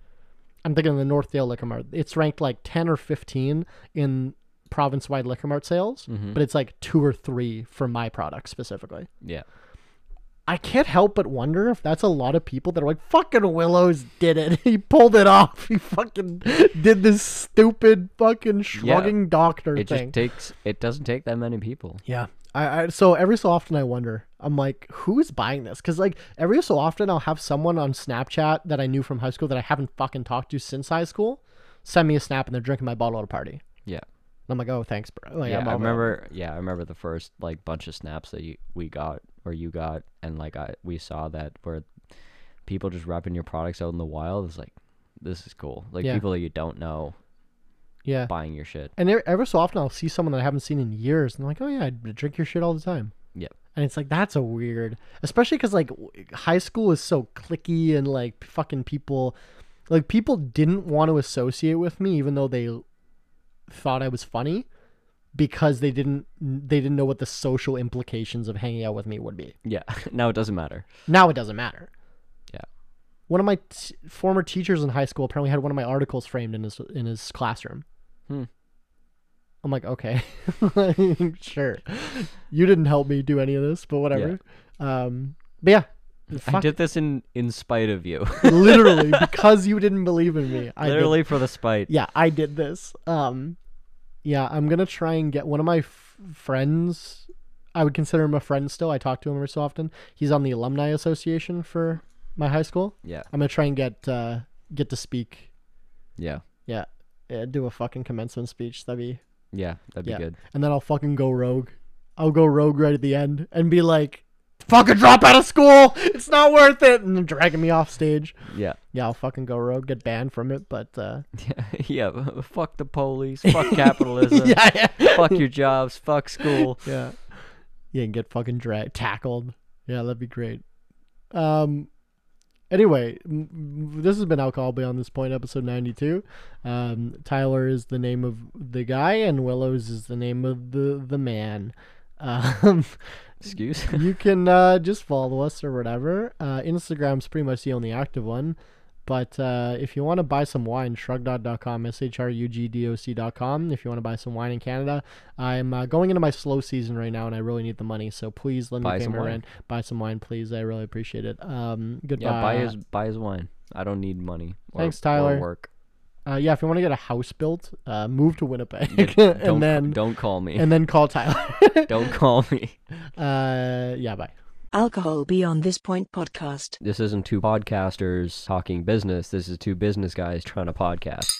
[SPEAKER 3] I'm thinking of the Northdale Liquor Mart. It's ranked like 10 or 15 in province wide liquor mart sales,
[SPEAKER 2] Mm-hmm.
[SPEAKER 3] but it's like two or three for my product specifically.
[SPEAKER 2] Yeah.
[SPEAKER 3] I can't help but wonder if that's a lot of people that are like, fucking Willows did it. He pulled it off. He fucking did this stupid fucking shrugging doctor
[SPEAKER 2] It
[SPEAKER 3] thing.
[SPEAKER 2] just takes. It doesn't take that many people.
[SPEAKER 3] Yeah. I, I so every so often I wonder. I'm like, who is buying this? Because like every so often I'll have someone on Snapchat that I knew from high school that I haven't fucking talked to since high school send me a snap and they're drinking my bottle at a party. And
[SPEAKER 2] Yeah.
[SPEAKER 3] I'm like, oh, thanks, bro. Like,
[SPEAKER 2] Yeah,
[SPEAKER 3] I'm
[SPEAKER 2] I
[SPEAKER 3] over it.
[SPEAKER 2] remember. Yeah, I remember the first like bunch of snaps that you, we got or you got, and like I we saw that where people just wrapping your products out in the wild. It's like this is cool. Like
[SPEAKER 3] Yeah.
[SPEAKER 2] people that you don't know
[SPEAKER 3] Yeah.
[SPEAKER 2] buying your shit.
[SPEAKER 3] And there- ever so often I'll see someone that I haven't seen in years and I'm like, oh yeah, I drink your shit all the time.
[SPEAKER 2] Yep.
[SPEAKER 3] And it's like that's a weird, especially because like w- high school is so clicky and like fucking people, like people didn't want to associate with me even though they thought I was funny, because they didn't they didn't know what the social implications of hanging out with me would be.
[SPEAKER 2] Yeah. now it doesn't matter.
[SPEAKER 3] Now it doesn't matter.
[SPEAKER 2] Yeah.
[SPEAKER 3] One of my t- former teachers in high school apparently had one of my articles framed in his in his classroom.
[SPEAKER 2] Hmm.
[SPEAKER 3] I'm like, okay, sure. You didn't help me do any of this, but whatever. Um, but yeah,
[SPEAKER 2] I
[SPEAKER 3] fuck,
[SPEAKER 2] did this in in spite of you.
[SPEAKER 3] literally because you didn't believe in me. I did
[SPEAKER 2] Literally for the spite.
[SPEAKER 3] yeah, I did this. Um, yeah, I'm gonna try and get one of my f- friends. I would consider him a friend still. I talk to him every so often. He's on the alumni association for my high school.
[SPEAKER 2] Yeah.
[SPEAKER 3] I'm gonna try and get uh, get to speak.
[SPEAKER 2] Yeah.
[SPEAKER 3] Yeah, yeah, do a fucking commencement speech. That'd be
[SPEAKER 2] Yeah. That'd be
[SPEAKER 3] yeah.
[SPEAKER 2] good.
[SPEAKER 3] And then I'll fucking go rogue. I'll go rogue right at the end and be like, "Fucking drop out of school. It's not worth it," and dragging me off stage.
[SPEAKER 2] Yeah.
[SPEAKER 3] Yeah, I'll fucking go rogue, get banned from it. But uh,
[SPEAKER 2] yeah. Fuck the police. Fuck capitalism.
[SPEAKER 3] yeah, yeah.
[SPEAKER 2] Fuck your jobs. Fuck school.
[SPEAKER 3] yeah. Yeah, and get fucking dra- tackled. Yeah, that'd be great. Um. Anyway, m- m- this has been Alcohol Beyond This Point, episode 92. Um, Tyler is the name of the guy, and Willows is the name of the, the man. Um,
[SPEAKER 2] Excuse.
[SPEAKER 3] you can uh, just follow us or whatever. Uh, Instagram's pretty much the only active one. But uh, if you want to buy some wine, shrugdot.com, S H R U G D O C.com. If you want to buy some wine in Canada, I'm uh, going into my slow season right now and I really need the money. So please let me
[SPEAKER 2] Buy
[SPEAKER 3] pay
[SPEAKER 2] some
[SPEAKER 3] my
[SPEAKER 2] wine.
[SPEAKER 3] rent. Buy some wine, please. I really appreciate it. Um, goodbye.
[SPEAKER 2] Yeah, buy his buy his wine. I don't need money. Or,
[SPEAKER 3] Thanks, Tyler.
[SPEAKER 2] Or work.
[SPEAKER 3] uh, yeah, if you want to get a house built, uh, move to Winnipeg.
[SPEAKER 2] Yeah, don't,
[SPEAKER 3] and then.
[SPEAKER 2] don't call me.
[SPEAKER 3] And then call Tyler.
[SPEAKER 2] don't call me.
[SPEAKER 3] uh, yeah, bye.
[SPEAKER 1] Alcohol Beyond This Point podcast.
[SPEAKER 2] This isn't two podcasters talking business. This is two business guys trying to podcast.